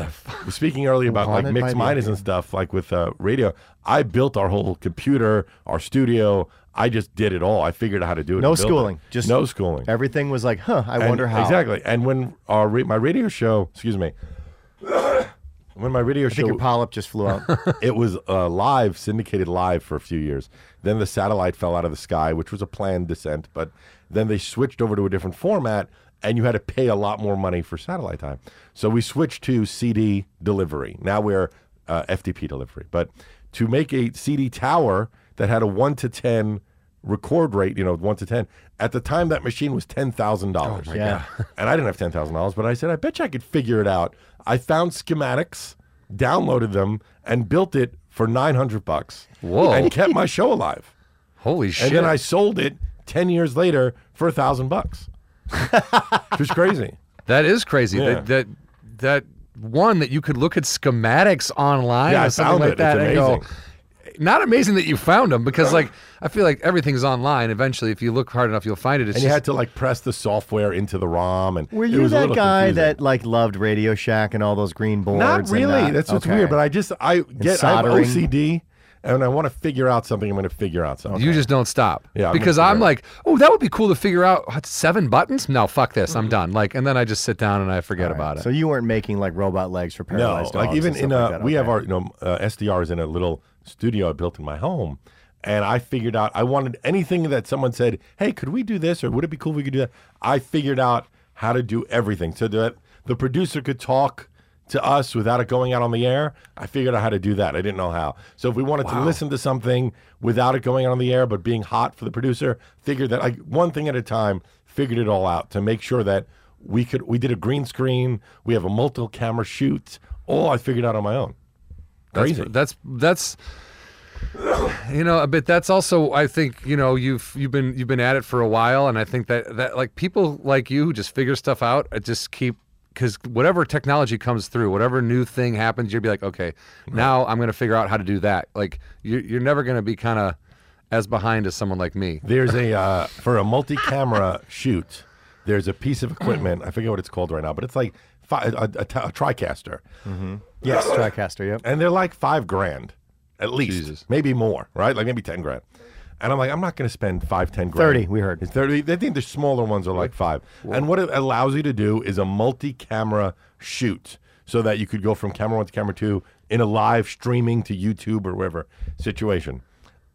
was speaking earlier about like Wanted by mixed the minus and stuff, like with uh, radio, I built our whole computer, our studio. I just did it all. I figured out how to do it. No and build it. schooling, just- no schooling. Everything was like, huh, I And- wonder how. Exactly. And when our ra- my radio show, excuse me, when my radio I think your show polyp just flew out. it was uh, live, syndicated live for a few years. Then the satellite fell out of the sky, which was a planned descent, but then they switched over to a different format and you had to pay a lot more money for satellite time. So we switched to CD delivery. Now we're uh, FTP delivery. But to make a CD tower that had a 1 to 10 record rate, you know, 1 to 10, at the time that machine was $10,000. Yeah. And I didn't have ten thousand dollars, but I said, I bet you I could figure it out. I found schematics, downloaded them, and built it for nine hundred bucks. Whoa. And kept my show alive. Holy shit. And then I sold it ten years later for a thousand bucks. Which was crazy. That is crazy. Yeah. That, that that one that you could look at schematics online Yeah, I or something found like it. that It's and go. Not amazing that you found them because like I feel like everything's online. Eventually, if you look hard enough, you'll find it. It's And just, you had to like press the software into the ROM and Were it you was a that little guy confusing. that like loved Radio Shack and all those green boards? Not and really. that? That's what's Okay. weird. But I just I get I have soldering. OCD and I want to figure out something, I'm gonna figure out something. you just don't stop. Yeah, I'm because gonna I'm figure like, oh, that would be cool to figure out what, seven buttons. No, fuck this. Mm-hmm. I'm done. Like, and then I just sit down and I forget about it. So you weren't making like robot legs for No, paralyzed dogs like and even stuff in a, like that, we have okay. our, you know, uh, SDR is in a little studio I built in my home, and I figured out I wanted anything that someone said, hey, could we do this, or would it be cool if we could do that? I figured out how to do everything so that the producer could talk to us without it going out on the air. I figured out how to do that. I didn't know how. So if we wanted to listen to something without it going out on the air, but being hot for the producer, figured that like one thing at a time, figured it all out to make sure that we could we did a green screen we have a multiple camera shoot all i figured out on my own That's- crazy That's that's, you know, but that's also I think you know you've you've been you've been at it for a while, and I think that that like people like you who just figure stuff out, I just keep because whatever technology comes through, whatever new thing happens, you'll be like, okay, now I'm gonna figure out how to do that. Like you're you're never gonna be kind of as behind as someone like me. there's a uh, for a multi-camera shoot there's a piece of equipment i forget what it's called right now but it's like fi- a, a, a tricaster yes, TriCaster. Yep. and they're like five grand at least Jesus. maybe more right like maybe 10 grand and i'm like i'm not going to spend five ten grand 30, we heard. it's 30 they think the smaller ones are like five and what it allows you to do is a multi-camera shoot so that you could go from camera one to camera two in a live streaming to youtube or wherever situation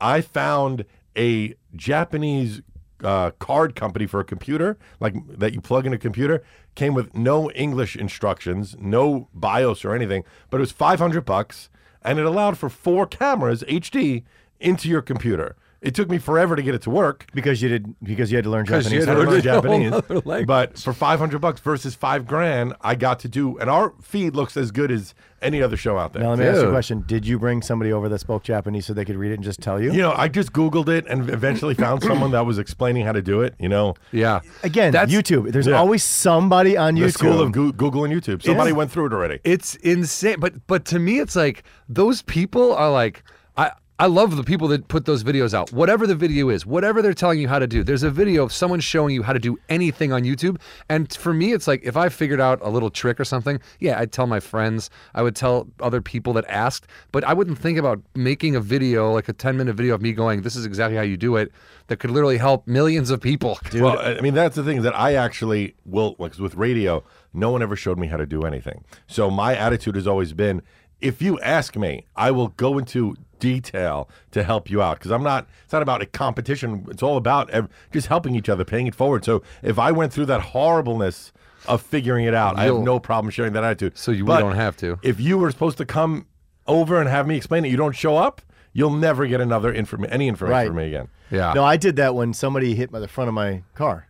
i found a japanese uh, card company for a computer, like that you plug in a computer, came with no English instructions, no BIOS or anything, but it was 500 bucks and it allowed for four cameras HD into your computer. It took me forever to get it to work. Because you did because you had to learn 'Cause Japanese. you had I to don't know Learned a whole Japanese, other language. but for 500 bucks versus five grand, I got to do, and our feed looks as good as any other show out there. Now let me ask you a Dude. question: Did you bring somebody over that spoke Japanese so they could read it and just tell you? You know, I just Googled it and eventually found someone that was explaining how to do it, you know. Yeah. Again, That's- YouTube. There's Yeah. always somebody on The YouTube. school of Goo- Google and YouTube. Somebody went through it already. It's insane. But but to me, it's like those people are like I. I love the people that put those videos out. Whatever the video is, whatever they're telling you how to do, there's a video of someone showing you how to do anything on YouTube. And for me, it's like if I figured out a little trick or something, yeah, I'd tell my friends, I would tell other people that asked, but I wouldn't think about making a video, like a 10 minute video of me going, this is exactly how you do it, that could literally help millions of people. Well, I I mean, that's the thing is that I actually will, because with radio, no one ever showed me how to do anything. So my attitude has always been if you ask me, I will go into detail to help you out because I'm not, it's not about a competition. It's all about ev- just helping each other, paying it forward. So if I went through that horribleness of figuring it out, I have You'll- no problem sharing that attitude. So you- we But don't have to. If you were supposed to come over and have me explain it, you don't show up. You'll never get another inform any information Right. from me again. Yeah. No, I did that when somebody hit my, the front of my car,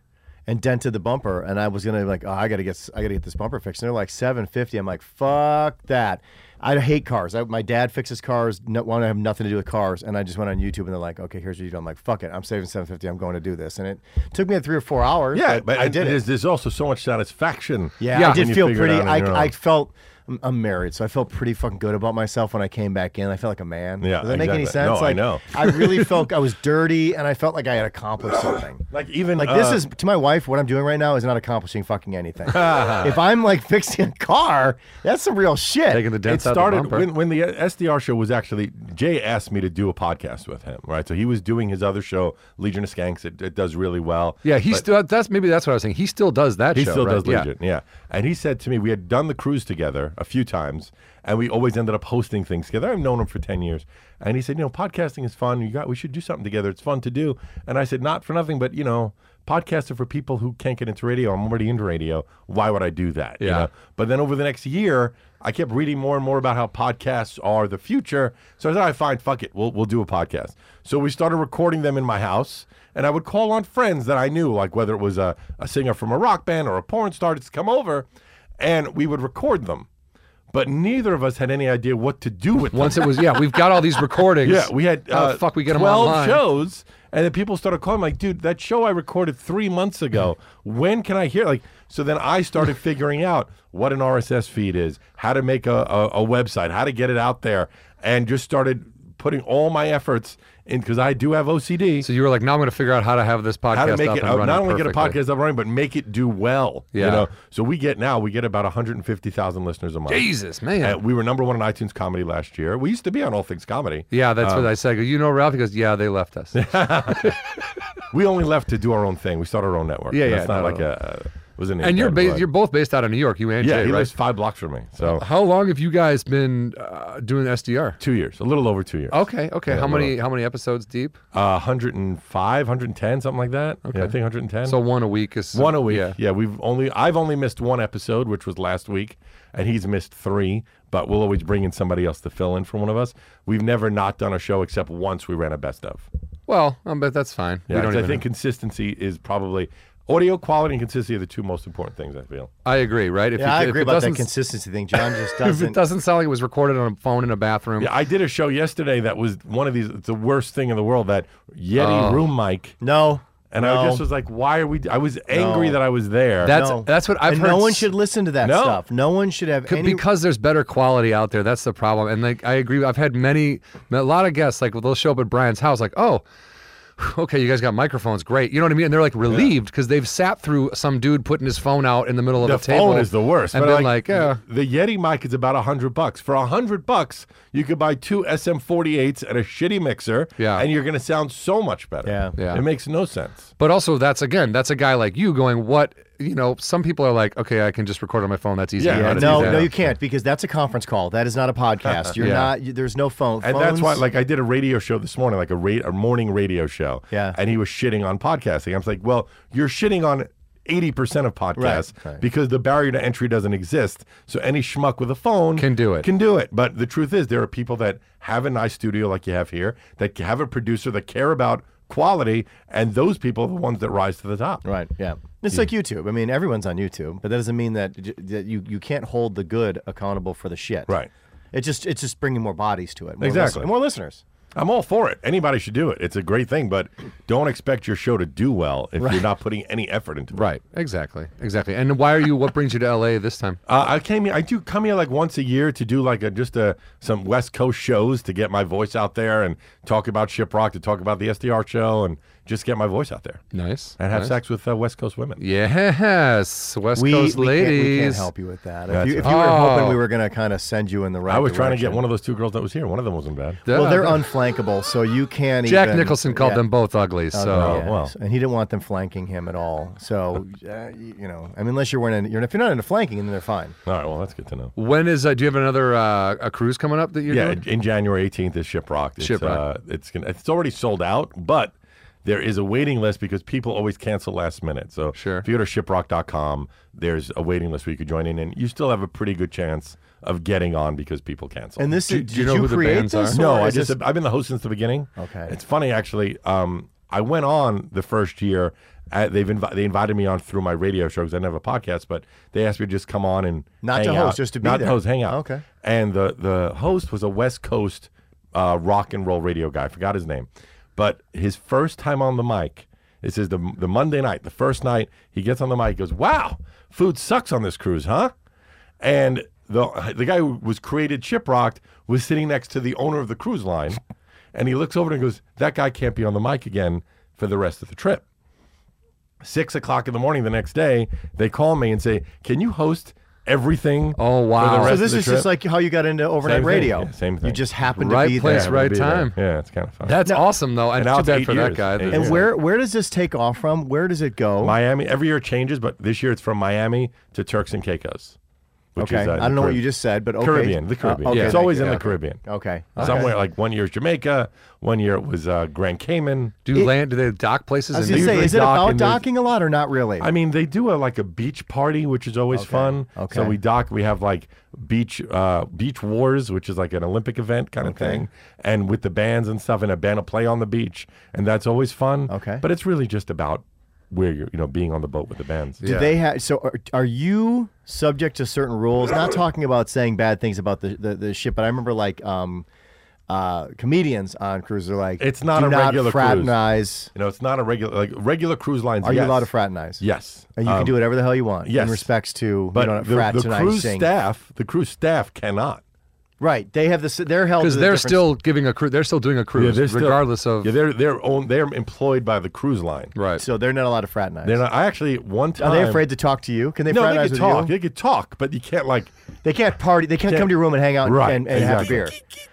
and dented the bumper. And I was gonna be like, oh, I gotta get, s- I gotta get this bumper fixed. And they're like seven fifty. I'm like, fuck that. I hate cars. I, my dad fixes cars. No, want to have nothing to do with cars. And I just went on YouTube and they're like, okay, here's what you do. I'm like, fuck it. I'm saving seven fifty. I'm going to do this. And it took me three or four hours. Yeah, but, I did it. There's, there's also so much satisfaction. Yeah, Yeah. I when did you feel figure it pretty. out on your own. I, I felt I'm- I'm married, so I felt pretty fucking good about myself when I came back in. I felt like a man. Yeah, does that make any exactly. sense? No, I Like, know. I really felt I was dirty, and I felt like I had accomplished something. like even Like this uh, is to my wife. What I'm doing right now is not accomplishing fucking anything. if I'm like fixing a car, that's some real shit. Taking the it dents out started the bumper. when, when the SDR show was actually Jay asked me to do a podcast with him, right? So he was doing his other show, Legion of Skanks. It, it does really well. yeah, he still that's maybe that's what I was saying. He still does that. He show, still right? does Yeah. Legion, yeah. And he said to me, we had done the cruise together a few times, and we always ended up hosting things together. I've known him for ten years, and he said, you know, podcasting is fun. You got, we should do something together. It's fun to do. And I said, not for nothing, but you know, podcasts are for people who can't get into radio. I'm already into radio. Why would I do that? you Yeah. know? But then over the next year, I kept reading more and more about how podcasts are the future. So I thought, I fine, fuck it, we'll we'll do a podcast. So we started recording them in my house, and I would call on friends that I knew, like whether it was a, a singer from a rock band or a porn star, to come over, and we would record them. But neither of us had any idea what to do with them. Once it was yeah, we've got all these recordings. Yeah, we had How uh, the fuck we get 'em twelve online? shows, and then people started calling like, "Dude, that show I recorded three months ago. when can I hear?" Like, so then I started figuring out what an RSS feed is, how to make a, a, a website, how to get it out there, and just started putting all my efforts in because I do have OCD. So you were like, now I'm going to figure out how to have this podcast how to make up it and uh, running not only get a perfectly. podcast up and running, but make it do well. You Yeah. know, so we get now we get about 150,000 listeners a month. Jesus, man. And we were number one on iTunes comedy last year. We used to be on All Things Comedy. yeah, that's Uh, what I said. I go, You know, Ralph. He goes, yeah, they left us. We only left to do our own thing. We started our own network. Yeah, yeah, That's not no, like no. a. Uh, was an and you're intern, ba- but- you're Uh-huh. both based out of New York. You and Yeah, Jay, he right? lives five blocks from me. So How long have you guys been uh, doing SDR? two years, a little over two years. Okay, okay. how a many how many episodes deep? Uh, 105, 110, something like that. Yeah, I think 110. So one a week is one a week. Yeah. Yeah. we've only I've only missed one episode, which was last week, and he's missed three. But we'll always bring in somebody else to fill in for one of us. We've never not done a show except once we ran a best of. Well, um, but that's fine. Yeah, we 'cause don't I even. think consistency is probably audio quality and consistency are the two most important things. I feel. I agree, right? If yeah, I if agree it about that doesn't- consistency thing. John just If it doesn't. doesn't sound like it was recorded on a phone in a bathroom, Yeah, I did a show yesterday that was one of these. It's the worst thing in the world. That Oh. Yeti room mic, No, and no, I just was like, "Why are we?" I was angry No. that I was there. That's- no. what I've and heard No one s- should listen to that No. stuff. No one should have C- any. because there's better quality out there. That's the problem. And like I agree, I've had many a lot of guests like they'll show up at Brian's house like, "Oh, okay, you guys got microphones. Great." You know what I mean? And they're like relieved cuz they've sat through some dude putting his phone out in the middle of the a table. phone is the worst. And but been like, "Yeah, the Yeti mic is about a hundred bucks. For a hundred bucks, you could buy two SM48s and a shitty mixer. Yeah. and you're going to sound so much better. Yeah. Yeah. It makes no sense. But also, that's again, that's a guy like you going, what, you know, some people are like, okay, I can just record on my phone. That's easy. Yeah, Yeah, I know how to no, do that. no, you can't because that's a conference call. That is not a podcast. You're Yeah. not. You, there's no phone. And that's why, Phones- like, I did a radio show this morning, like a, ra- a morning radio show. Yeah. And he was shitting on podcasting. I was like, well, you're shitting on 80% of podcasts right. because the barrier to entry doesn't exist. So any schmuck with a phone Can do it. Can do it. But the truth is, there are people that have a nice studio like you have here, that have a producer that care about quality, and those people are the ones that rise to the top. Right. Yeah. It's like YouTube. I mean, everyone's on YouTube, but that doesn't mean that, j- that you you can't hold the good accountable for the shit. Right. It just it's just bringing more bodies to it. More Exactly. listen- more listeners. I'm all for it. Anybody should do it. It's a great thing, but don't expect your show to do well if you're not putting any effort into it. Right. Exactly. Exactly. And why are you, what brings you to LA this time? Uh, I came here. I do come here like once a year to do like a, just a, some West Coast shows to get my voice out there and talk about Shiprock, to talk about the SDR show, and just get my voice out there Nice. and have nice. sex with uh, West Coast women. Yes. West Coast we can't, ladies. we can't help you with that. If That's you, if you were right. hoping Oh. we were going to kind of send you in the right I was trying to direction. get one of those two girls that was here. One of them wasn't bad. Yeah, Well, they're yeah. unflankable, so you can't Jack even. Nicholson called yeah. them both ugly. So, Oh, yeah. well. and he didn't want them flanking him at all. So, uh, you know, I mean, unless you're wearing, you're, if you're not into flanking, then they're fine. All right, well that's good to know. when is, uh, do you have another uh, a cruise coming up that you're Yeah, doing? in January 18th is Shiprock. It's, Shiprock. Uh, it's gonna, it's already sold out, but there is a waiting list because people always cancel last minute. So Sure. if you go to shiprock.com, there's a waiting list where you could join in, and you still have a pretty good chance of getting on because people cancel. And this Do- is, do you did know you who the create bands are? this? No, or I is just this- I've been the host since the beginning. Okay. It's funny actually. Um, I went on the first year uh, they've invi- they invited me on through my radio show because I didn't have a podcast, but they asked me to just come on and Not to hang host, out. just to be not there. to host, hang out. Okay. And the the host was a West Coast uh, rock and roll radio guy. I forgot his name, but his first time on the mic. This is the the Monday night, the first night he gets on the mic. He goes, "Wow, food sucks on this cruise, huh?" And the the guy who was created Shiprocked was sitting next to the owner of the cruise line, and he looks over and goes, "That guy can't be on the mic again for the rest of the trip." six o'clock in the morning the next day, they call me and say, "Can you host everything?" Oh, for the wow. So this rest of the is just trip?" like how you got into overnight Same thing, radio. yeah, same You thing. just happened Right to be place, there. right Be there. time. Yeah, it's kind of fun. That's awesome though. And now too it's bad eight for that years. guy. Eight that- And Yeah. where where does this take off from? Where does it go? Miami. Every year it changes, but this year it's from Miami to Turks and Caicos. Which okay, is, I uh, the don't know what Carib- you just said, but okay. Caribbean, the Uh, Caribbean. okay, it's thank always you. in the Caribbean. Okay. Somewhere like one year Jamaica, one year it was uh, Grand Cayman. do land? Do they dock places? I was in gonna New say, York? is it dock about and there's- docking a lot or not really? I mean, they do a like a beach party, which is always fun. okay. So we dock. We have like beach uh, beach wars, which is like an Olympic event kind of thing, and with the bands and stuff, and a band will play on the beach, and that's always fun. Okay. but it's really just about where you're, you know, being on the boat with the bands. Do they have so are, are you subject to certain rules? Not talking about saying bad things about the, the, the ship, but I remember like um uh comedians on cruises are like It's not do a not regular cruise. fraternize. You know, it's not a regular like regular cruise lines. Are yes. you allowed to fraternize? Yes, And you can do whatever the hell you want Um, yes. in respects to but you know, the, frat the tonight cruise sing. staff, the cruise staff cannot. Right. They have this they're held Because to the they're different- still giving a cruise. They're still doing a cruise, they're still- regardless of yeah, they're they're own, they're employed by the cruise line. right. so they're not allowed to fraternize. They're not. I actually one time are they afraid to talk to you? Can they No, they fraternize could with talk. you? They could talk, but you can't like. They can't party. They can't come to your room and hang out and- Right, and, and have a beer.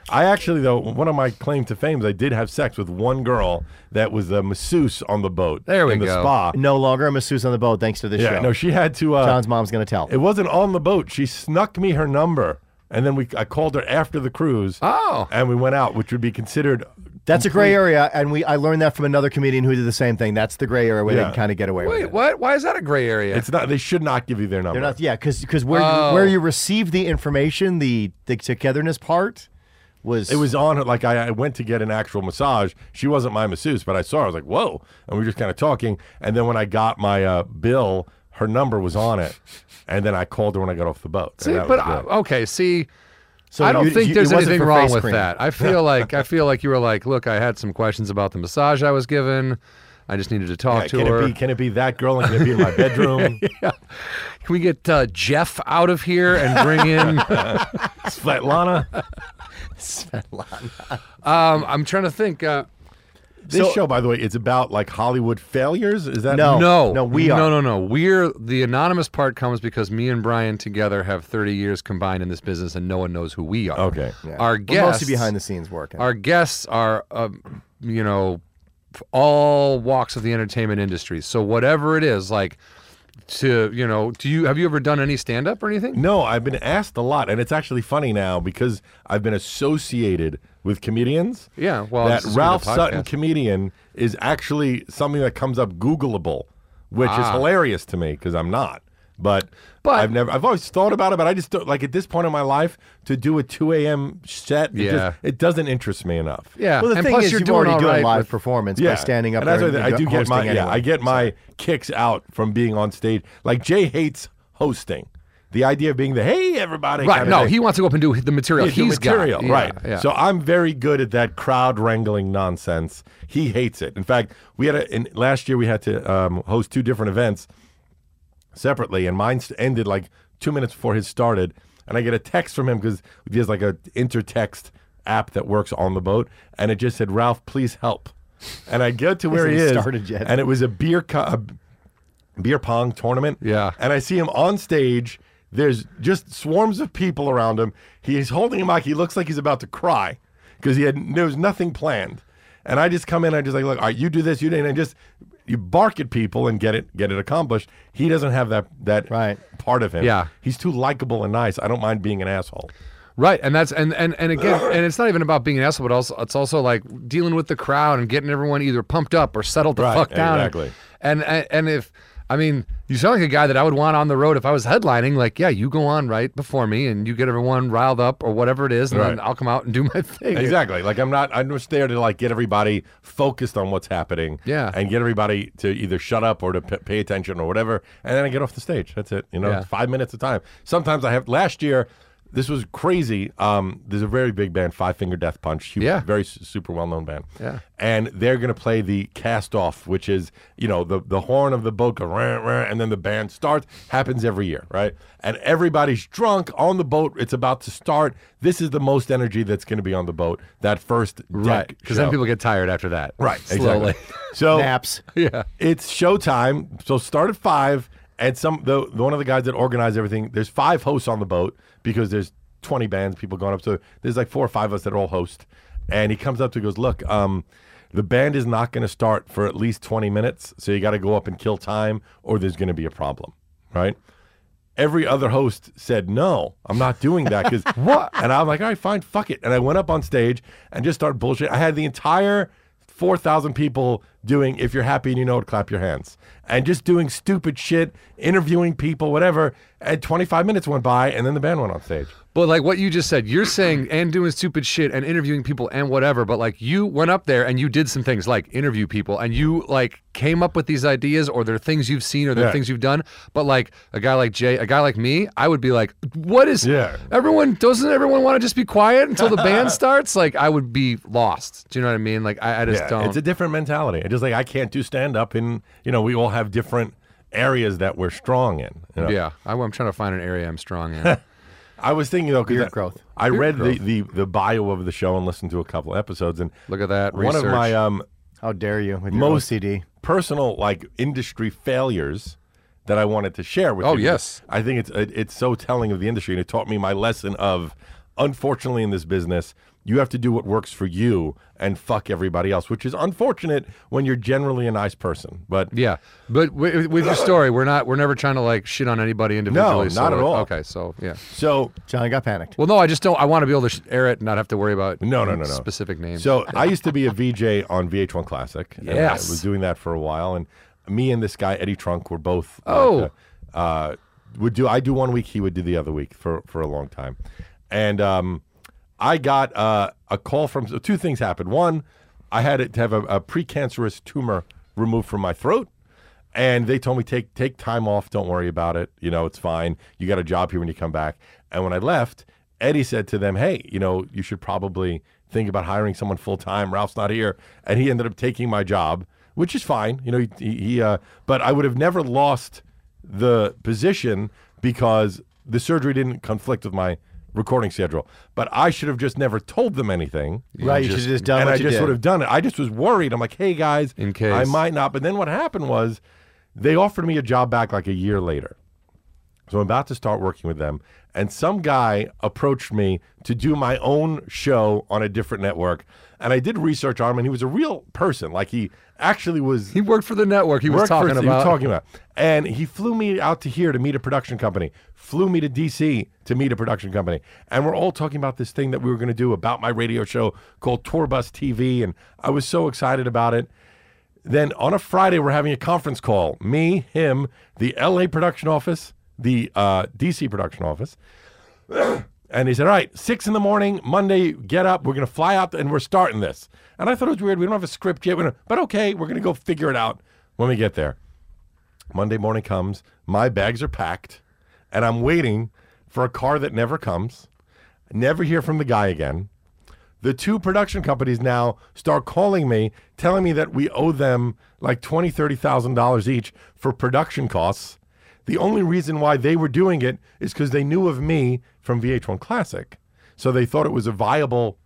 I actually though one of my claim to fame is I did have sex with one girl that was the masseuse on the boat. There we in go. The spa. No longer a masseuse on the boat thanks to this Yeah, show. no, she had to. Uh, John's mom's gonna tell. it wasn't on the boat. She snuck me her number, and then we I called her after the cruise. Oh. and we went out, which would be considered. That's a gray area, and we I learned that from another comedian who did the same thing. That's the gray area where they Yeah. can kind of get away with Wait, it. what? Why is that a gray area? It's not. They should not give you their number. They're not, yeah, because where Oh. you, where you receive the information, the the togetherness part was It was on her. Like I, I went to get an actual massage. She wasn't my masseuse, but I saw her. I was like, whoa. And we were just kind of talking. And then when I got my uh, bill, her number was on it. And then I called her when I got off the boat. And see, that but was I, it. okay, see. So I don't you- think you- there's it wasn't anything for wrong face with cream. that. I feel like I feel like you were like, look, I had some questions about the massage I was given. I just needed to talk Yeah, to can her. it be? Can it be that girl? And can it be in my bedroom? Can we get uh, Jeff out of here and bring in? Svetlana. um, I'm trying to think. Uh, This So- show, by the way, it's about like Hollywood failures. Is that No. no, no, we are. No, no, no. We're the anonymous part comes because me and Brian together have 30 years combined in this business, and no one knows who we are. Okay. Yeah. Our We're guests mostly behind the scenes working. our guests are, um, you know, f- all walks of the entertainment industry. So whatever it is, like, to you know, do you have you ever done any stand up or anything? No, I've been asked a lot, and it's actually funny now because I've been associated with comedians. Yeah, well, that this is with Ralph the podcast. Sutton comedian is actually something that comes up Googleable, which is Ah. hilarious to me because I'm not. But, But- I've never, I've always thought about it, but I just don't, like at this point in my life to do a 2 a.m. set. It, Yeah. just, it doesn't interest me enough. Yeah. well, the and thing plus is, you're you've doing already all doing right live with- performance by standing up. And that's there what I and I do get hosting my yeah, anyway. I get my kicks out from being on stage. Like Jay hates hosting. The idea of being the hey everybody Right. kinda No, thing. he wants to go up and do the material Yeah, He's do material, got. Yeah, right? Yeah. So I'm very good at that crowd wrangling nonsense. He hates it. In fact, we had a in, last year we had to um, host two different events separately, and mine st- ended like two minutes before his started. And I get a text from him because he has like a intertext app that works on the boat, and it just said, "Ralph, please help." And I go to where he hasn't is, started yet. and it was a beer co- a beer pong tournament. Yeah. And I see him on stage. There's just swarms of people around him. He's holding a mic. He looks like he's about to cry because he had there was nothing planned. And I just come in. I just like look. All right, you do this. You do. And I just you bark at people and get it get it accomplished. He doesn't have that that Right. part of him. Yeah. He's too likable and nice. I don't mind being an asshole. Right, and that's and and and again, and it's not even about being an asshole, but also it's also like dealing with the crowd and getting everyone either pumped up or settled the Right, fuck down. exactly. And and, and if I mean, you sound like a guy that I would want on the road if I was headlining. Like, yeah, you go on right before me, and you get everyone riled up or whatever it is, and then Right. I'll come out and do my thing. Exactly. Like I'm not. I'm just there to like get everybody focused on what's happening. Yeah. And get everybody to either shut up or to p- pay attention or whatever, and then I get off the stage. That's it. You know, Yeah. five minutes a time. Sometimes I have. Last year, this was crazy. Um, there's a very big band, Five Finger Death Punch. Huge, Yeah. Very s- super well known band. Yeah. And they're gonna play the cast off, which is you know the the horn of the boat, go, "Rah, rah," and then the band starts. Happens every year, right? And everybody's drunk on the boat. It's about to start. This is the most energy that's gonna be on the boat. That first deck Right. Because then show. people get tired after that. right Slowly. exactly. So Naps. yeah. it's showtime. So start at five, and some the, the one of the guys that organized everything. There's five hosts on the boat because there's 20 bands, people going up. So there's like four or five of us that all host, and he comes up to me, goes, "Look, um, the band is not going to start for at least 20 minutes, so you got to go up and kill time, or there's going to be a problem, right?" every other host said no i'm not doing that because what and i'm like all right fine fuck it and i went up on stage and just started bullshit i had the entire 4000 people doing if you're happy and you know it clap your hands and just doing stupid shit interviewing people whatever and 25 minutes went by and then the band went on stage But like what you just said, you're saying and doing stupid shit and interviewing people and whatever, but like you went up there and you did some things like interview people and you like came up with these ideas or they're things you've seen or they're Yeah. things you've done. But like a guy like Jay, a guy like me, I would be like, what is Yeah. everyone doesn't everyone want to just be quiet until the band starts? Like I would be lost. Do you know what I mean? Like I, I just Yeah, don't It's a different mentality. It's just like I can't do stand up, and you know we all have different areas that we're strong in. you know? Yeah. I, am trying to find an area I'm strong in. I was thinking though, Beard because growth. I read The, the the bio of the show and listened to a couple episodes, and Look at that. one of research. my um How dare you with your Most- OCD? personal like industry failures that I wanted to share with Oh, you. yes. because I think it's it, it's so telling of the industry, and it taught me my lesson of unfortunately in this business. You have to do what works for you and fuck everybody else, which is unfortunate when you're generally a nice person. But Yeah, but with, with your story, we're not we're never trying to like shit on anybody individually. so, not at all. Okay, so yeah. so John got panicked. Well, no, I just don't. I want to be able to sh- air it and not have to worry about No, no, no, no. specific names. So I used to be a VJ on VH1 Classic. and I Yes. was doing that for a while, and me and this guy Eddie Trunk were both. like, Oh. uh, uh, would do I do one week, he would do the other week for for a long time, and um, I got uh, a call from so two things happened. One, I had to have a, a precancerous tumor removed from my throat. And they told me take take time off. Don't worry about it. You know it's fine. You got a job here when you come back. And when I left, Eddie said to them, "Hey, you know you should probably think about hiring someone full time. Ralph's not here." And he ended up taking my job, which is fine. You know he, he, he uh, but I would have never lost the position because the surgery didn't conflict with my recording schedule. But I should have just never told them anything. right, you should have just done and what I you just did. would have done it. I just was worried. I'm like, hey guys, In case. I might not. But then what happened was they offered me a job back like a year later. So I'm about to start working with them. And some guy approached me to do my own show on a different network. And I did research on him, and he was a real person. Like he actually was he worked for the network. He was worked for- talking about. He was talking about. And he flew me out to here to meet a production company. Flew me to DC to meet a production company. And we're all talking about this thing that we were going to do about my radio show called Tour Bus TV. And I was so excited about it. Then on a Friday, we're having a conference call. Me, him, the LA production office, the uh, DC production office. And he said, All right, six in the morning, Monday, get up. We're going to fly out and we're starting this. And I thought it was weird. We don't have a script yet. We don't, but okay, we're going to go figure it out when we get there. Monday morning comes, my bags are packed, and I'm waiting for a car that never comes. Never hear from the guy again. The two production companies now start calling me, telling me that we owe them like twenty, thirty thousand dollars each for production costs. The only reason why they were doing it is because they knew of me from VH1 Classic, so they thought it was a viable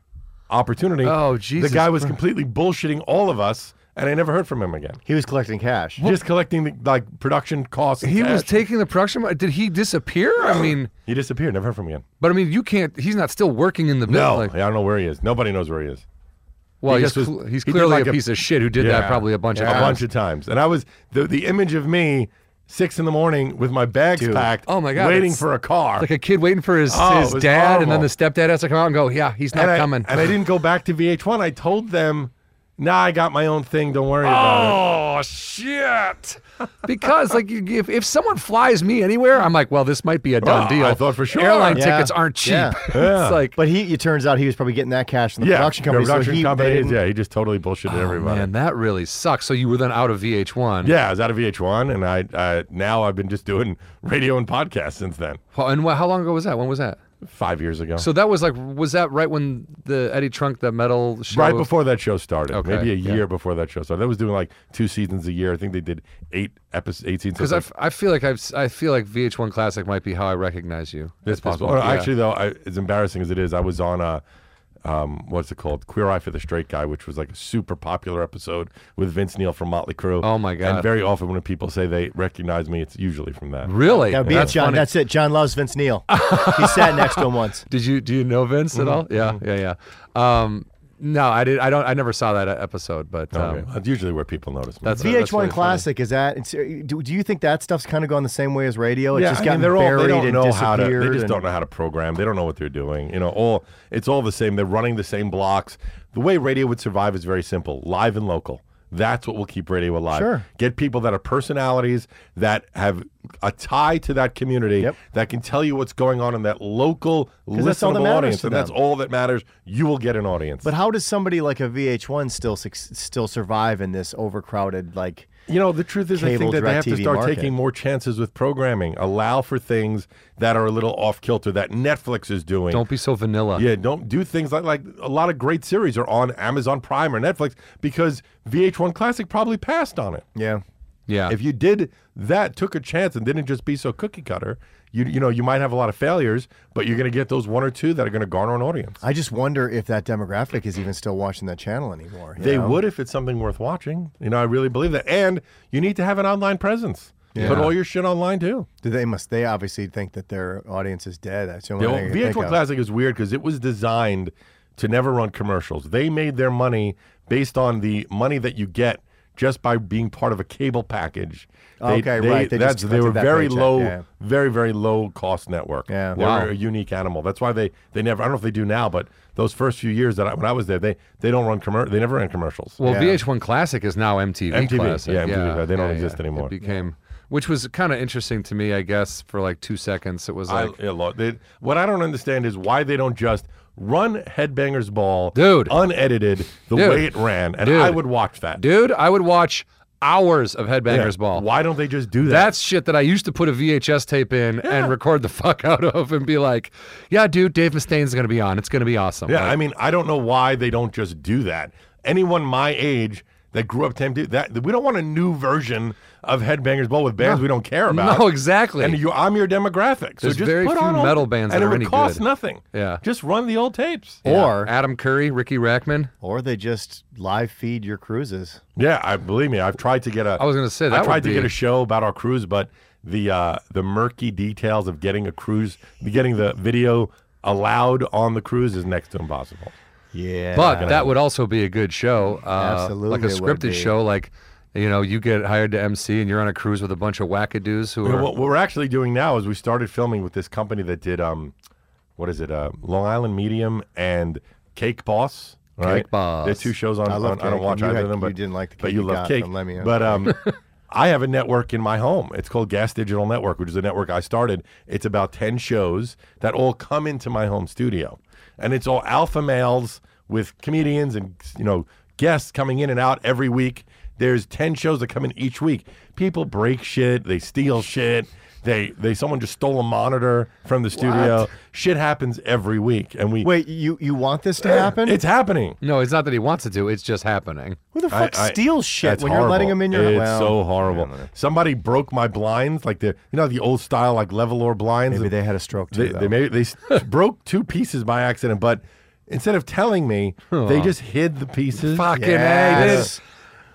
opportunity. Oh, Jesus The guy was completely bullshitting all of us, and I never heard from him again. He was collecting cash. Just collecting the like production costs. and He was cash. taking the production. Did he disappear? I mean, He disappeared. Never heard from him again. but I mean, you can't. He's not still working in the No, business. Like, I don't know where he is. Nobody knows where he is. well, he he's, just was- cl- he's he did clearly like a a- piece of shit who did that probably a bunch of a times. bunch of times. And I was the the image of me six in the morning with my bags packed. Oh, my God, waiting it's for a car. like a kid waiting for his, Oh, it his was dad, and then horrible. the stepdad has to come out and go, "Yeah, he's not and I, coming." and I didn't go back to VH1. I told them Nah, I got my own thing. Don't worry about it. Oh shit! Because like you- if if someone flies me anywhere, I'm like, well, this might be a done Oh, deal. I thought for sure. airline Yeah. tickets aren't cheap. Yeah. Yeah. it's like, But he, it turns out he was probably getting that cash Oh. from the production company. so production he- they company, didn't- yeah, he just totally bullshitted everybody. man, that really sucks. So you were then out of VH1. Yeah, I was out of VH1, and I uh, now I've been just doing radio and podcasts since then. Well, and wh- how long ago was that? When was that? Five years ago, So that was like, was that right when the Eddie Trunk, the metal show? right before that show started, Okay, maybe a yeah. year before that show started. That was doing like two seasons a year. I think they did eight episodes, eight seasons. Because I, f- I feel like I've s- I feel like VH1 Classic might be how I recognize you. That's at this possible. Or point. Yeah. Actually, though, I, as embarrassing as it is, I was on a, um, what's it called? Queer Eye for the Straight Guy, which was like a super popular episode with Vince Neil from Motley Crue. Oh, my God. And very often when people say they recognize me, it's usually from that. really, That would be it, that's John. funny. That's it. John loves Vince Neil. he sat next to him once. Did you do you know Vince Mm-hmm. at all? Yeah, yeah, yeah. Um, no, I did. I don't. I never saw that uh, episode, but um, Okay. That's usually where people notice me. that's- but- Yeah, VH1 really funny. Classic is that? It's, do, do you think that stuff's kind of gone the same way as radio? It's yeah, just I mean, gotten they're all, buried they don't and know disappeared. how to. They just and- don't know how to program. They don't know what they're doing. You know, all it's all the same. They're running the same blocks. The way radio would survive is very simple: live and local. That's what will keep radio alive. Sure. Get people that are personalities that have a tie to that community Yep. that can tell you what's going on in that local listenable that's all that matters audience, to and that's them. all that matters. You will get an audience. But how does somebody like a VH1 still suc- still survive in this overcrowded like? You know, the truth is, I cable, think that they have to DirecTV start market. taking more chances with programming. Allow for things that are a little off kilter that Netflix is doing. don't be so vanilla. yeah, don't do things like like a lot of great series are on Amazon Prime or Netflix because VH1 Classic probably passed on it. Yeah, yeah. If you did that, took a chance and didn't just be so cookie cutter, you you know you might have a lot of failures, but you're going to get those one or two that are going to garner an audience. I just wonder if that demographic is even still watching that channel anymore. you They know? would if it's something worth watching. You know, I really believe that. And you need to have an online presence. Put all your shit online too. Do they must? They obviously think that their audience is dead. That's the only The thing old I can think VH1 of. Classic is weird because it was designed to never run commercials. They made their money based on the money that you get just by being part of a cable package. They, Okay, right. They that's, just they were collected that very paycheck, low, yeah. very very low cost network. Yeah. they Wow. were a unique animal. That's why they they never. I don't know if they do now, but those first few years that I, when I was there, they they don't run commercial. They never ran commercials. well, Yeah. VH1 Classic is now MTV. MTV, Classic. yeah, MTV, they don't yeah, exist yeah. anymore. It became, which was kind of interesting to me, I guess, for like two seconds. It was I- like, yeah, lo- they- what I don't understand is why they don't just run Headbangers Ball, Dude. unedited the Dude. way it ran, and Dude. I would watch that. dude, I would watch hours of Headbangers Yeah. Ball. Why don't they just do that? That's shit that I used to put a VHS tape in and record the fuck out of and be like, yeah, dude, Dave Mustaine's going to be on. It's going to be awesome. yeah, Like, I mean, I don't know why they don't just do that. Anyone my age that grew up to MTV, that we don't want a new version of Headbangers Ball with bands we don't care about. no, exactly. And you, I'm your demographic, so There's just very put few on old- metal bands and that it are would any cost good. nothing. Yeah. just run the old tapes. Yeah. or- Adam Curry, Ricky Rackman. or they just live feed your cruises. Yeah, I believe me. I've tried to get a. I was gonna say, that I would tried be- to get a show about our cruise, but the uh, the murky details of getting a cruise, getting the video allowed on the cruise is next to impossible. Yeah, But that would also be a good show. Uh, Like Absolutely a it would scripted be. show, like, you know, you get hired to MC and you're on a cruise with a bunch of wackadoos who are. What we're actually doing now is we started filming with this company that did um, what is it? Uh, Long Island Medium and Cake Boss. Right? Boss. They're two shows on. I love on- I don't Cake, watch and you either had- of them, you but didn't like the but cake you you love got cake. from Lemmy, but um, I have a network in my home. It's called Gas Digital Network, which is a network I started. It's about ten shows that all come into my home studio, and it's all alpha males with comedians and you know guests coming in and out every week. There's ten shows that come in each week. People break shit. They steal shit. They they someone just stole a monitor from the studio. Shit happens every week, and we wait, you you want this to happen? It's happening. No, it's not that he wants it to. It's just happening. Who the I- fuck I- steals shit that's when you're letting them horrible. in your? It's well, so horrible. Somebody broke my blinds, like the you know the old style like levelor blinds. Maybe and they had a stroke too. they, though. they made they s- broke two pieces by accident, but instead of telling me, they just hid the pieces. Fucking A, dude. Yes.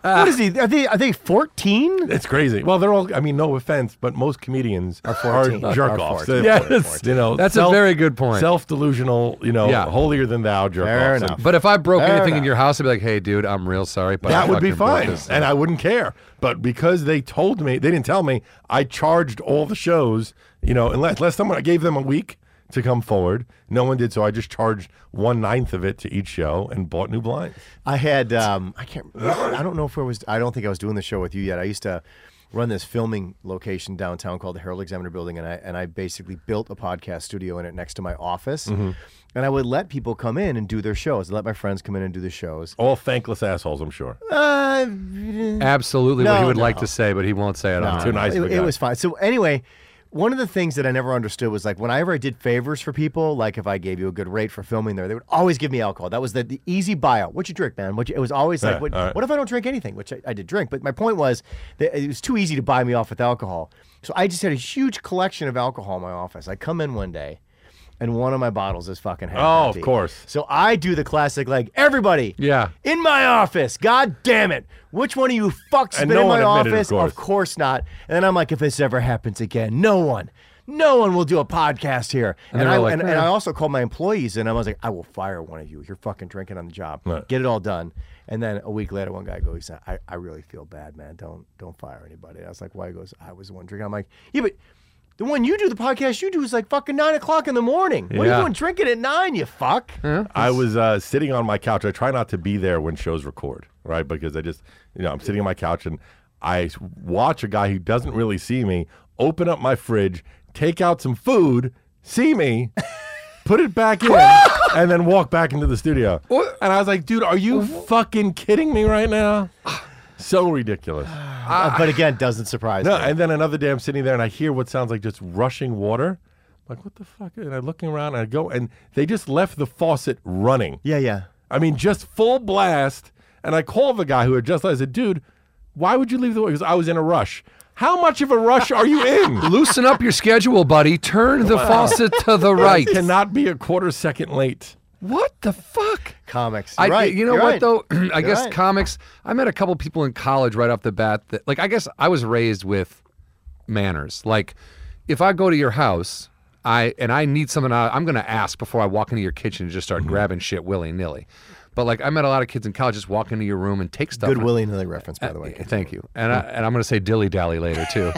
what is he? Are they are they fourteen? It's crazy. Well, they're all. I mean, no offense, but most comedians are, jerk offs. Yes. you know, That's a very good point. Self delusional, you know, Yeah. holier than thou jerk Fair offs. enough. But if I broke Fair anything in enough. your house, I'd be like, hey, dude, I'm real sorry. But I That would be fucking broke fine, this. and I wouldn't care. But because they told me, they didn't tell me. I charged all the shows, you know, unless unless someone I gave them a week to come forward. No one did, so I just charged one ninth of it to each show and bought new blinds. I had um, I can't I don't know if I was I don't think I was doing the show with you yet. I used to run this filming location downtown called the Herald Examiner Building, and I and I basically built a podcast studio in it next to my office, and I would let people come in and do their shows. I'd let my friends come in and do the shows. All thankless assholes, I'm sure. Uh, Absolutely what he No, would like no. to say, but he won't say it on Too time. nice it, of a it guy. was fine. So anyway, one of the things that I never understood was like whenever I did favors for people, like if I gave you a good rate for filming there, they would always give me alcohol. That was the, the easy buyout. What you drink, man? What you, it was always like, Right, what, all right. what if I don't drink anything? Which I, I did drink, but my point was that it was too easy to buy me off with alcohol. So I just had a huge collection of alcohol in my office. I come in one day. And one of my bottles is fucking half Oh, of empty. course. So I do the classic, like everybody, Yeah. in my office. God damn it! Which one of you fucks And been no in one my admitted, of office? course. course not. And then I'm like, if this ever happens again, no one, no one will do a podcast here. And, they were I like, and, and I "Eh." also called my employees and I was like, I will fire one of you. You're fucking drinking on the job. Right. Get it all done. And then a week later, one guy goes, I, I really feel bad, man. Don't don't fire anybody. I was like, why? He goes, I was the one drinking. I'm like, yeah, but the one you do, the podcast you do, is like fucking nine o'clock in the morning. What are Yeah. you doing drinking at nine? You fuck. I was uh, sitting on my couch. I try not to be there when shows record, right? Because I just, you know, I'm sitting on my couch and I s- watch a guy who doesn't really see me open up my fridge, take out some food, see me, put it back in, and then walk back into the studio. And I was like, dude, are you fucking kidding me right now? So ridiculous. Uh, but again, doesn't surprise No, me. and then another day I'm sitting there and I hear what sounds like just rushing water. I'm like, what the fuck? And I'm looking around and I go, and they just left the faucet running. yeah, yeah. I mean, just full blast. And I called the guy who had just left. I said, dude, why would you leave the way? Because I was in a rush. How much of a rush are you in? Loosen up your schedule, buddy. Turn the faucet to the right. It cannot be a quarter second late. What the fuck? Comics. I, right. You know you're what right. though? I guess right. comics. I met a couple people in college right off the bat that, like, I guess I was raised with manners. Like, if I go to your house, I and I need something, I, I'm gonna ask before I walk into your kitchen and just Mm-hmm. start grabbing shit willy nilly. But like, I met a lot of kids in college just walk into your room and take stuff. Good Mm. and Willie Nilly reference, by the way. Yeah, Uh, Thank you. And I, and I'm going to say dilly dally later too.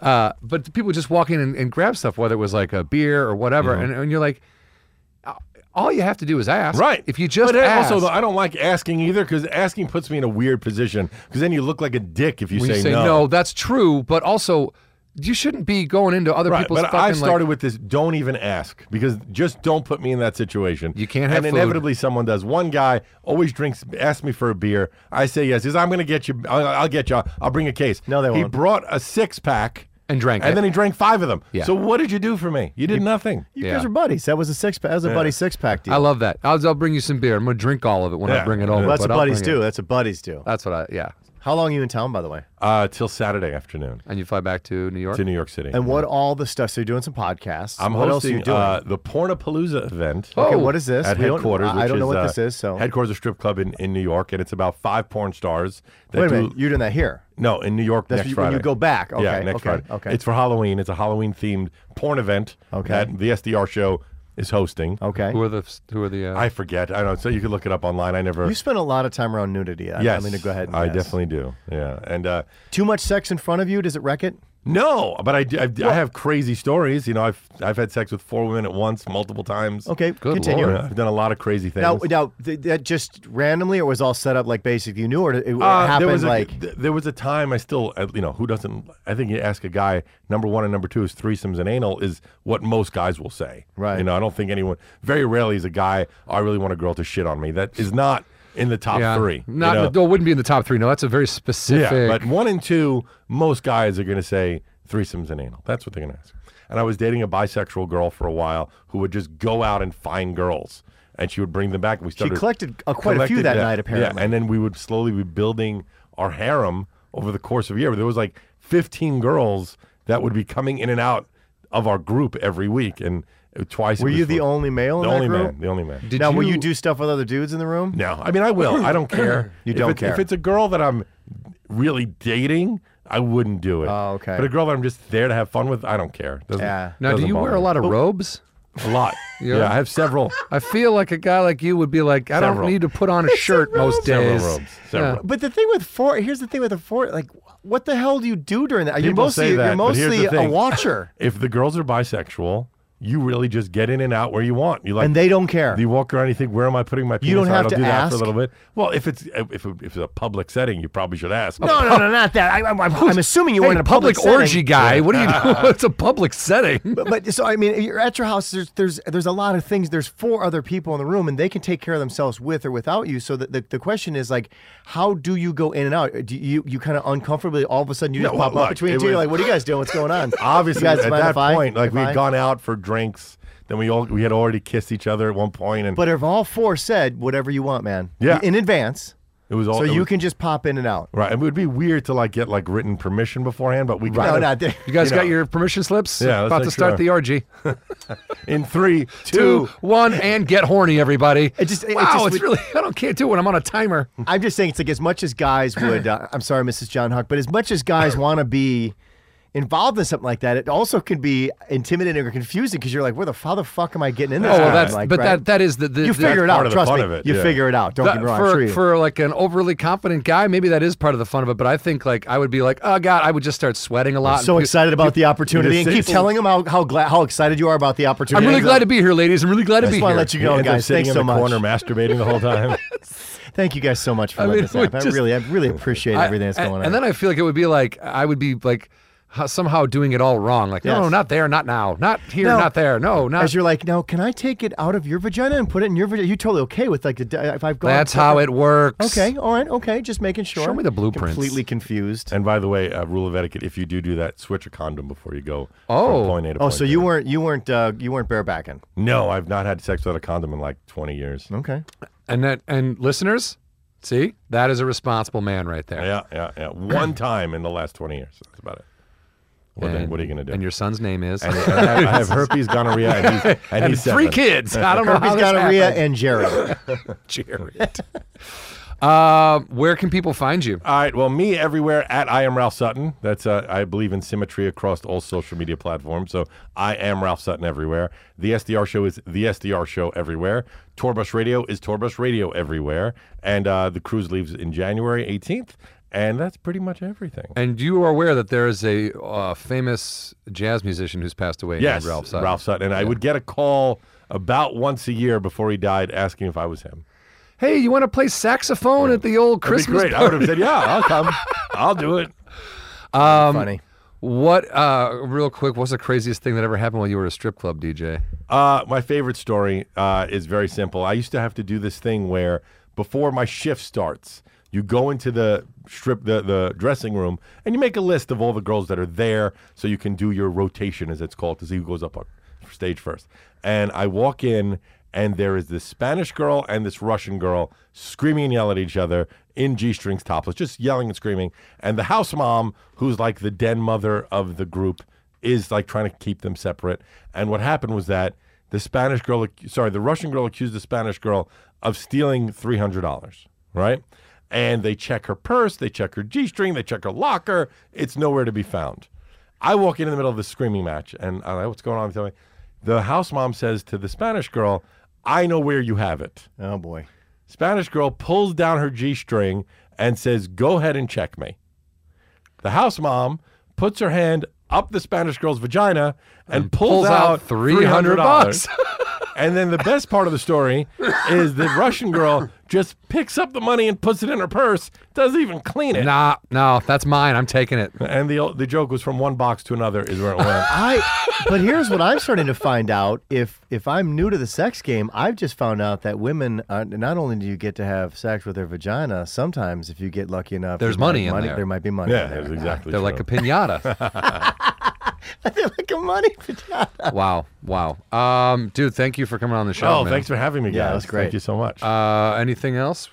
uh, but the people just walk in and, and grab stuff, whether it was like a beer or whatever, Mm-hmm. and, and you're like, uh, all you have to do is ask. Right. If you just But uh, then ask, also, though, I don't like asking either because asking puts me in a weird position because then you look like a dick if you when say, you say no. that's true. But also, you shouldn't be going into other Right, people's but fucking. I started like, with this. Don't even ask because just don't put me in that situation. You can't have And food. inevitably, someone does. One guy always drinks. Asks me for a beer. I say yes. He says I'm going to get you. I'll, I'll get you. I'll bring a case. No, they He won't. brought a six pack And drank and it. then he drank five of them. Yeah. So what did you do for me? You did nothing. You Yeah. guys are buddies. That was a six. That was a buddy six pack deal. I love that. I'll, I'll bring you some beer. I'm going to drink all of it when Yeah. I bring it over. well, that's what but I'll buddies bring it. do. That's what buddies do. That's what I. Yeah. How long are you in town, by the way? Uh, till Saturday afternoon And you fly back to New York. to New York City. And what all the stuff? So you're doing some podcasts. I'm what hosting else are you doing? Uh, the Pornapalooza event. okay, Oh, what is this? At We don't- headquarters, I I which don't know what uh, this is. So headquarters is a strip club in, in New York, and it's about five porn stars. That wait a do- minute. You're doing that here. No, in New York That's next when you- Friday. when you go back. Okay. yeah, next okay. Friday. Okay. It's for Halloween. It's a Halloween themed porn event Okay. Oh. that the SDR show is hosting. okay. Who are the? Who are the? Uh, I forget. I don't know. So you can look it up online. I never. You spend a lot of time around nudity. I, yes. I'm going to go ahead. And I guess. definitely do. Yeah. And uh, Too much sex in front of you. Does it wreck it? no, but I, do- I, I have crazy stories. You know, I've I've had sex with four women at once multiple times. Okay. continue. Lord. Yeah, I've done a lot of crazy things. Now, now th- that just randomly, or was all set up like basically you knew, or it, it Uh, happened there was a, like th- there was a time I still uh, you know who doesn't I think you ask a guy number one and number two is threesomes and anal is what most guys will say Right. you know I don't think anyone very rarely is a guy "Oh, I really want a girl to shit on me that is not in the top yeah, three you Not. know? no, it wouldn't be in the top three. No, that's a very specific. yeah but one and two most guys are gonna say threesomes and anal that's what they're gonna ask and I was dating a bisexual girl for a while who would just go out and find girls and she would bring them back and we she started collected uh, quite a few collected- that yeah, night apparently. Yeah, and then we would slowly be building our harem over the course of a year. There was like 15 girls that would be coming in and out of our group every week and twice. it Were was you the for- only male? The in that only group? man. The only man. Did now, will you do stuff with other dudes in the room? no, I mean I will. I don't care. You If don't it's- If care. it's a girl that I'm really dating, I wouldn't do it. Oh, okay. But a girl that I'm just there to have fun with, I don't care. Doesn't, Yeah. Now, do doesn't you bother wear a me. lot of robes? A lot. Yeah. yeah, I have several. I feel like a guy like you would be like, I Several. don't need to put on a shirt most Several days. robes. Several. But the thing with four, here's the thing with a four, like, what the hell do you do during that? You're People mostly say you're that, but here's mostly the a thing. watcher. if the girls are bisexual you really just get in and out where you want. You like and they don't care. you walk around, you think, where am I putting my penis? don't All right, have I'll to do that for ask. a little bit. Well, if it's if, if it's a public setting, you probably should ask. no, no, no, not that. I, I, I'm assuming you Hey, weren't in a public, public, orgy setting. guy. What do you know? it's a public setting. But, but so I mean, you're at your house. There's there's there's a lot of things. There's four other people in the room, and they can take care of themselves with or without you. So the, the, the question is like, how do you go in and out? Do you you kind of uncomfortably all of a sudden you just No, pop well, up look, between it two? was- You're like, what are you guys doing? What's going on? obviously You guys at mind that if I- point, like if we I- had gone out for drinks, then we all we had already kissed each other at one point, and But if all four said whatever you want, man, Yeah. in advance, it was all so it you was- can just pop in and out. right. It would be weird to like get like written permission beforand, but we kind No, of- not there. You guys You got know. your permission slips? Yeah, let's About to make start sure. the orgy. in three, Two, two. one, and get horny, everybody. It just- it- it wow, just it's would- really, I don't can't do it when I'm on a timer. I'm just saying, it's like as much as guys would. Uh, I'm sorry, Mrs. John Huck, but as much as guys want to be involved in something like that, it also can be intimidating or confusing because you're like, where the how the fuck am I getting in this? Oh, thing?" well, that's, like, but right? that, that is the, the you the- figure it part out. of the Trust fun me, of it, you yeah. figure it out. Don't get that- me wrong. for, I'm sure you- for like an overly confident guy, maybe that is part of the fun of it. But I think like I would be like, oh god, I would just start sweating a lot. so and- excited about the opportunity, you and just keep sit- telling them how how, glad, how excited you are about the opportunity. I'm really glad to be here, ladies. I'm really glad to I be just here. want to let you know, Ends up guys. sitting Thanks in so the much. corner masturbating the whole time. Thank you guys so much for I letting mean, this it would happen. just- I really, I really appreciate I- everything that's and- going on. And then I feel like it would be like I would be like ho- somehow doing it all wrong. Like no, Yes. no, not there, not now, not here, No. not there, no, not. as you're like, now can I take it out of your vagina and put it in your vagina? You totally okay with like the di- if I've gone. That's how it works. Okay, all right, okay. Just making sure. Show me the blueprints. Completely confused. and by the way, uh, rule of etiquette: if you do do that, switch a condom before you go. Oh. from point A to Oh, point so B. you weren't you weren't uh, you weren't barebacking. No, I've not had sex without a condom in like 20 years. Okay. And that and listeners, see that is a responsible man right there. Yeah, yeah, yeah. One time in the last 20 years. That's about it. What, the- And- what are you going to do? And your son's name is. And I, have, I have herpes, gonorrhea, and he's, and he's Three seven. kids. I don't know how He's this got happened. Aria and Jared. Jared. uh, where can people find you? All right. Well, me everywhere at I am Ralph Sutton. That's uh, I believe in symmetry across all social media platforms. So I am Ralph Sutton everywhere. The SDR show is the SDR show everywhere. Tourbus Radio is Tourbus Radio everywhere. And uh, the cruise leaves in January 18th. And that's pretty much everything. And you are aware that there is a uh, famous jazz musician who's passed away. yes, named Ralph Sutton. And I would get a call about once a year before he died, asking if I was him. Hey, you want to play saxophone at the old That'd be Christmas great. I party? would have said, "Yeah, I'll come. I'll do it." Um, Funny. What? Uh, real quick, what's the craziest thing that ever happened while you were at a strip club DJ? Uh, my favorite story uh, is very simple. I used to have to do this thing where before my shift starts, you go into the strip, the, the dressing room, and you make a list of all the girls that are there so you can do your rotation, as it's called, to see who goes up on stage first. And I walk in, and there is this Spanish girl and this Russian girl screaming and yelling at each other in G strings topless, just yelling and screaming. And the house mom, who's like the den mother of the group, is like trying to keep them separate. And what happened was that the Spanish girl, ac- sorry, the Russian girl accused the Spanish girl of stealing three hundred dollars, right? And they check her purse, they check her G string, they check her locker. It's nowhere to be found. I walk in, in the middle of the screaming match, and I like, what's going on? They tell me. The house mom says to the Spanish girl, "I know where you have it." Oh boy. Spanish girl pulls down her G string and says, Go ahead and check me. The house mom puts her hand up the Spanish girl's vagina and, pulls pulls, out out $300 $300. and then the best part of the story is the Russian girl just picks up the money and puts it in her purse, doesn't even clean it. Nah, no, that's mine. I'm taking it. And the, the joke was from one box to another is where it went. I but here's what I'm starting to find out. If if I'm new to the sex game, I've just found out that women uh, not only do you get to have sex with their vagina, sometimes if you get lucky enough, There's there might- money in money there. might be money. yeah, in that's there. exactly They're true. like a pinata. They're like a money vagina. wow, wow. Um, dude, thank you for coming on the show. Oh, man. thanks for having me, guys. Yeah, that was great. Thank you so much. Uh, anything else?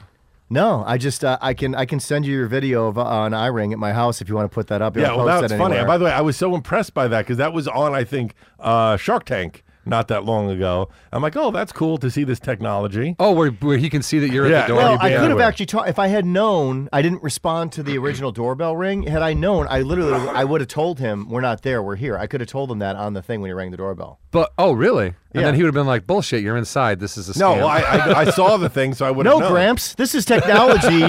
No, I just uh, I can I can send you your video of uh, an eye ring at my house if you want to put that up. You Yeah, don't well, post that's that funny. anywhere. By the way, I was so impressed by that because that was on, I think, uh, Shark Tank not that long ago. I'm like, oh, that's cool to see this technology. Oh, where, where he can see that you're at Yeah, the door. Well, Already I been could have everywhere. actually taught if I had known. I didn't respond to the original doorbell ring. Had I known, I literally I would have told him we're not there, we're here. I could have told him that on the thing when he rang the doorbell. but oh, really? And Yeah. then he would have been like, "Bullshit, you're inside. This is a No, scam." well, I, I, I saw the thing, so I would Oh, No, have known. Gramps, this is technology.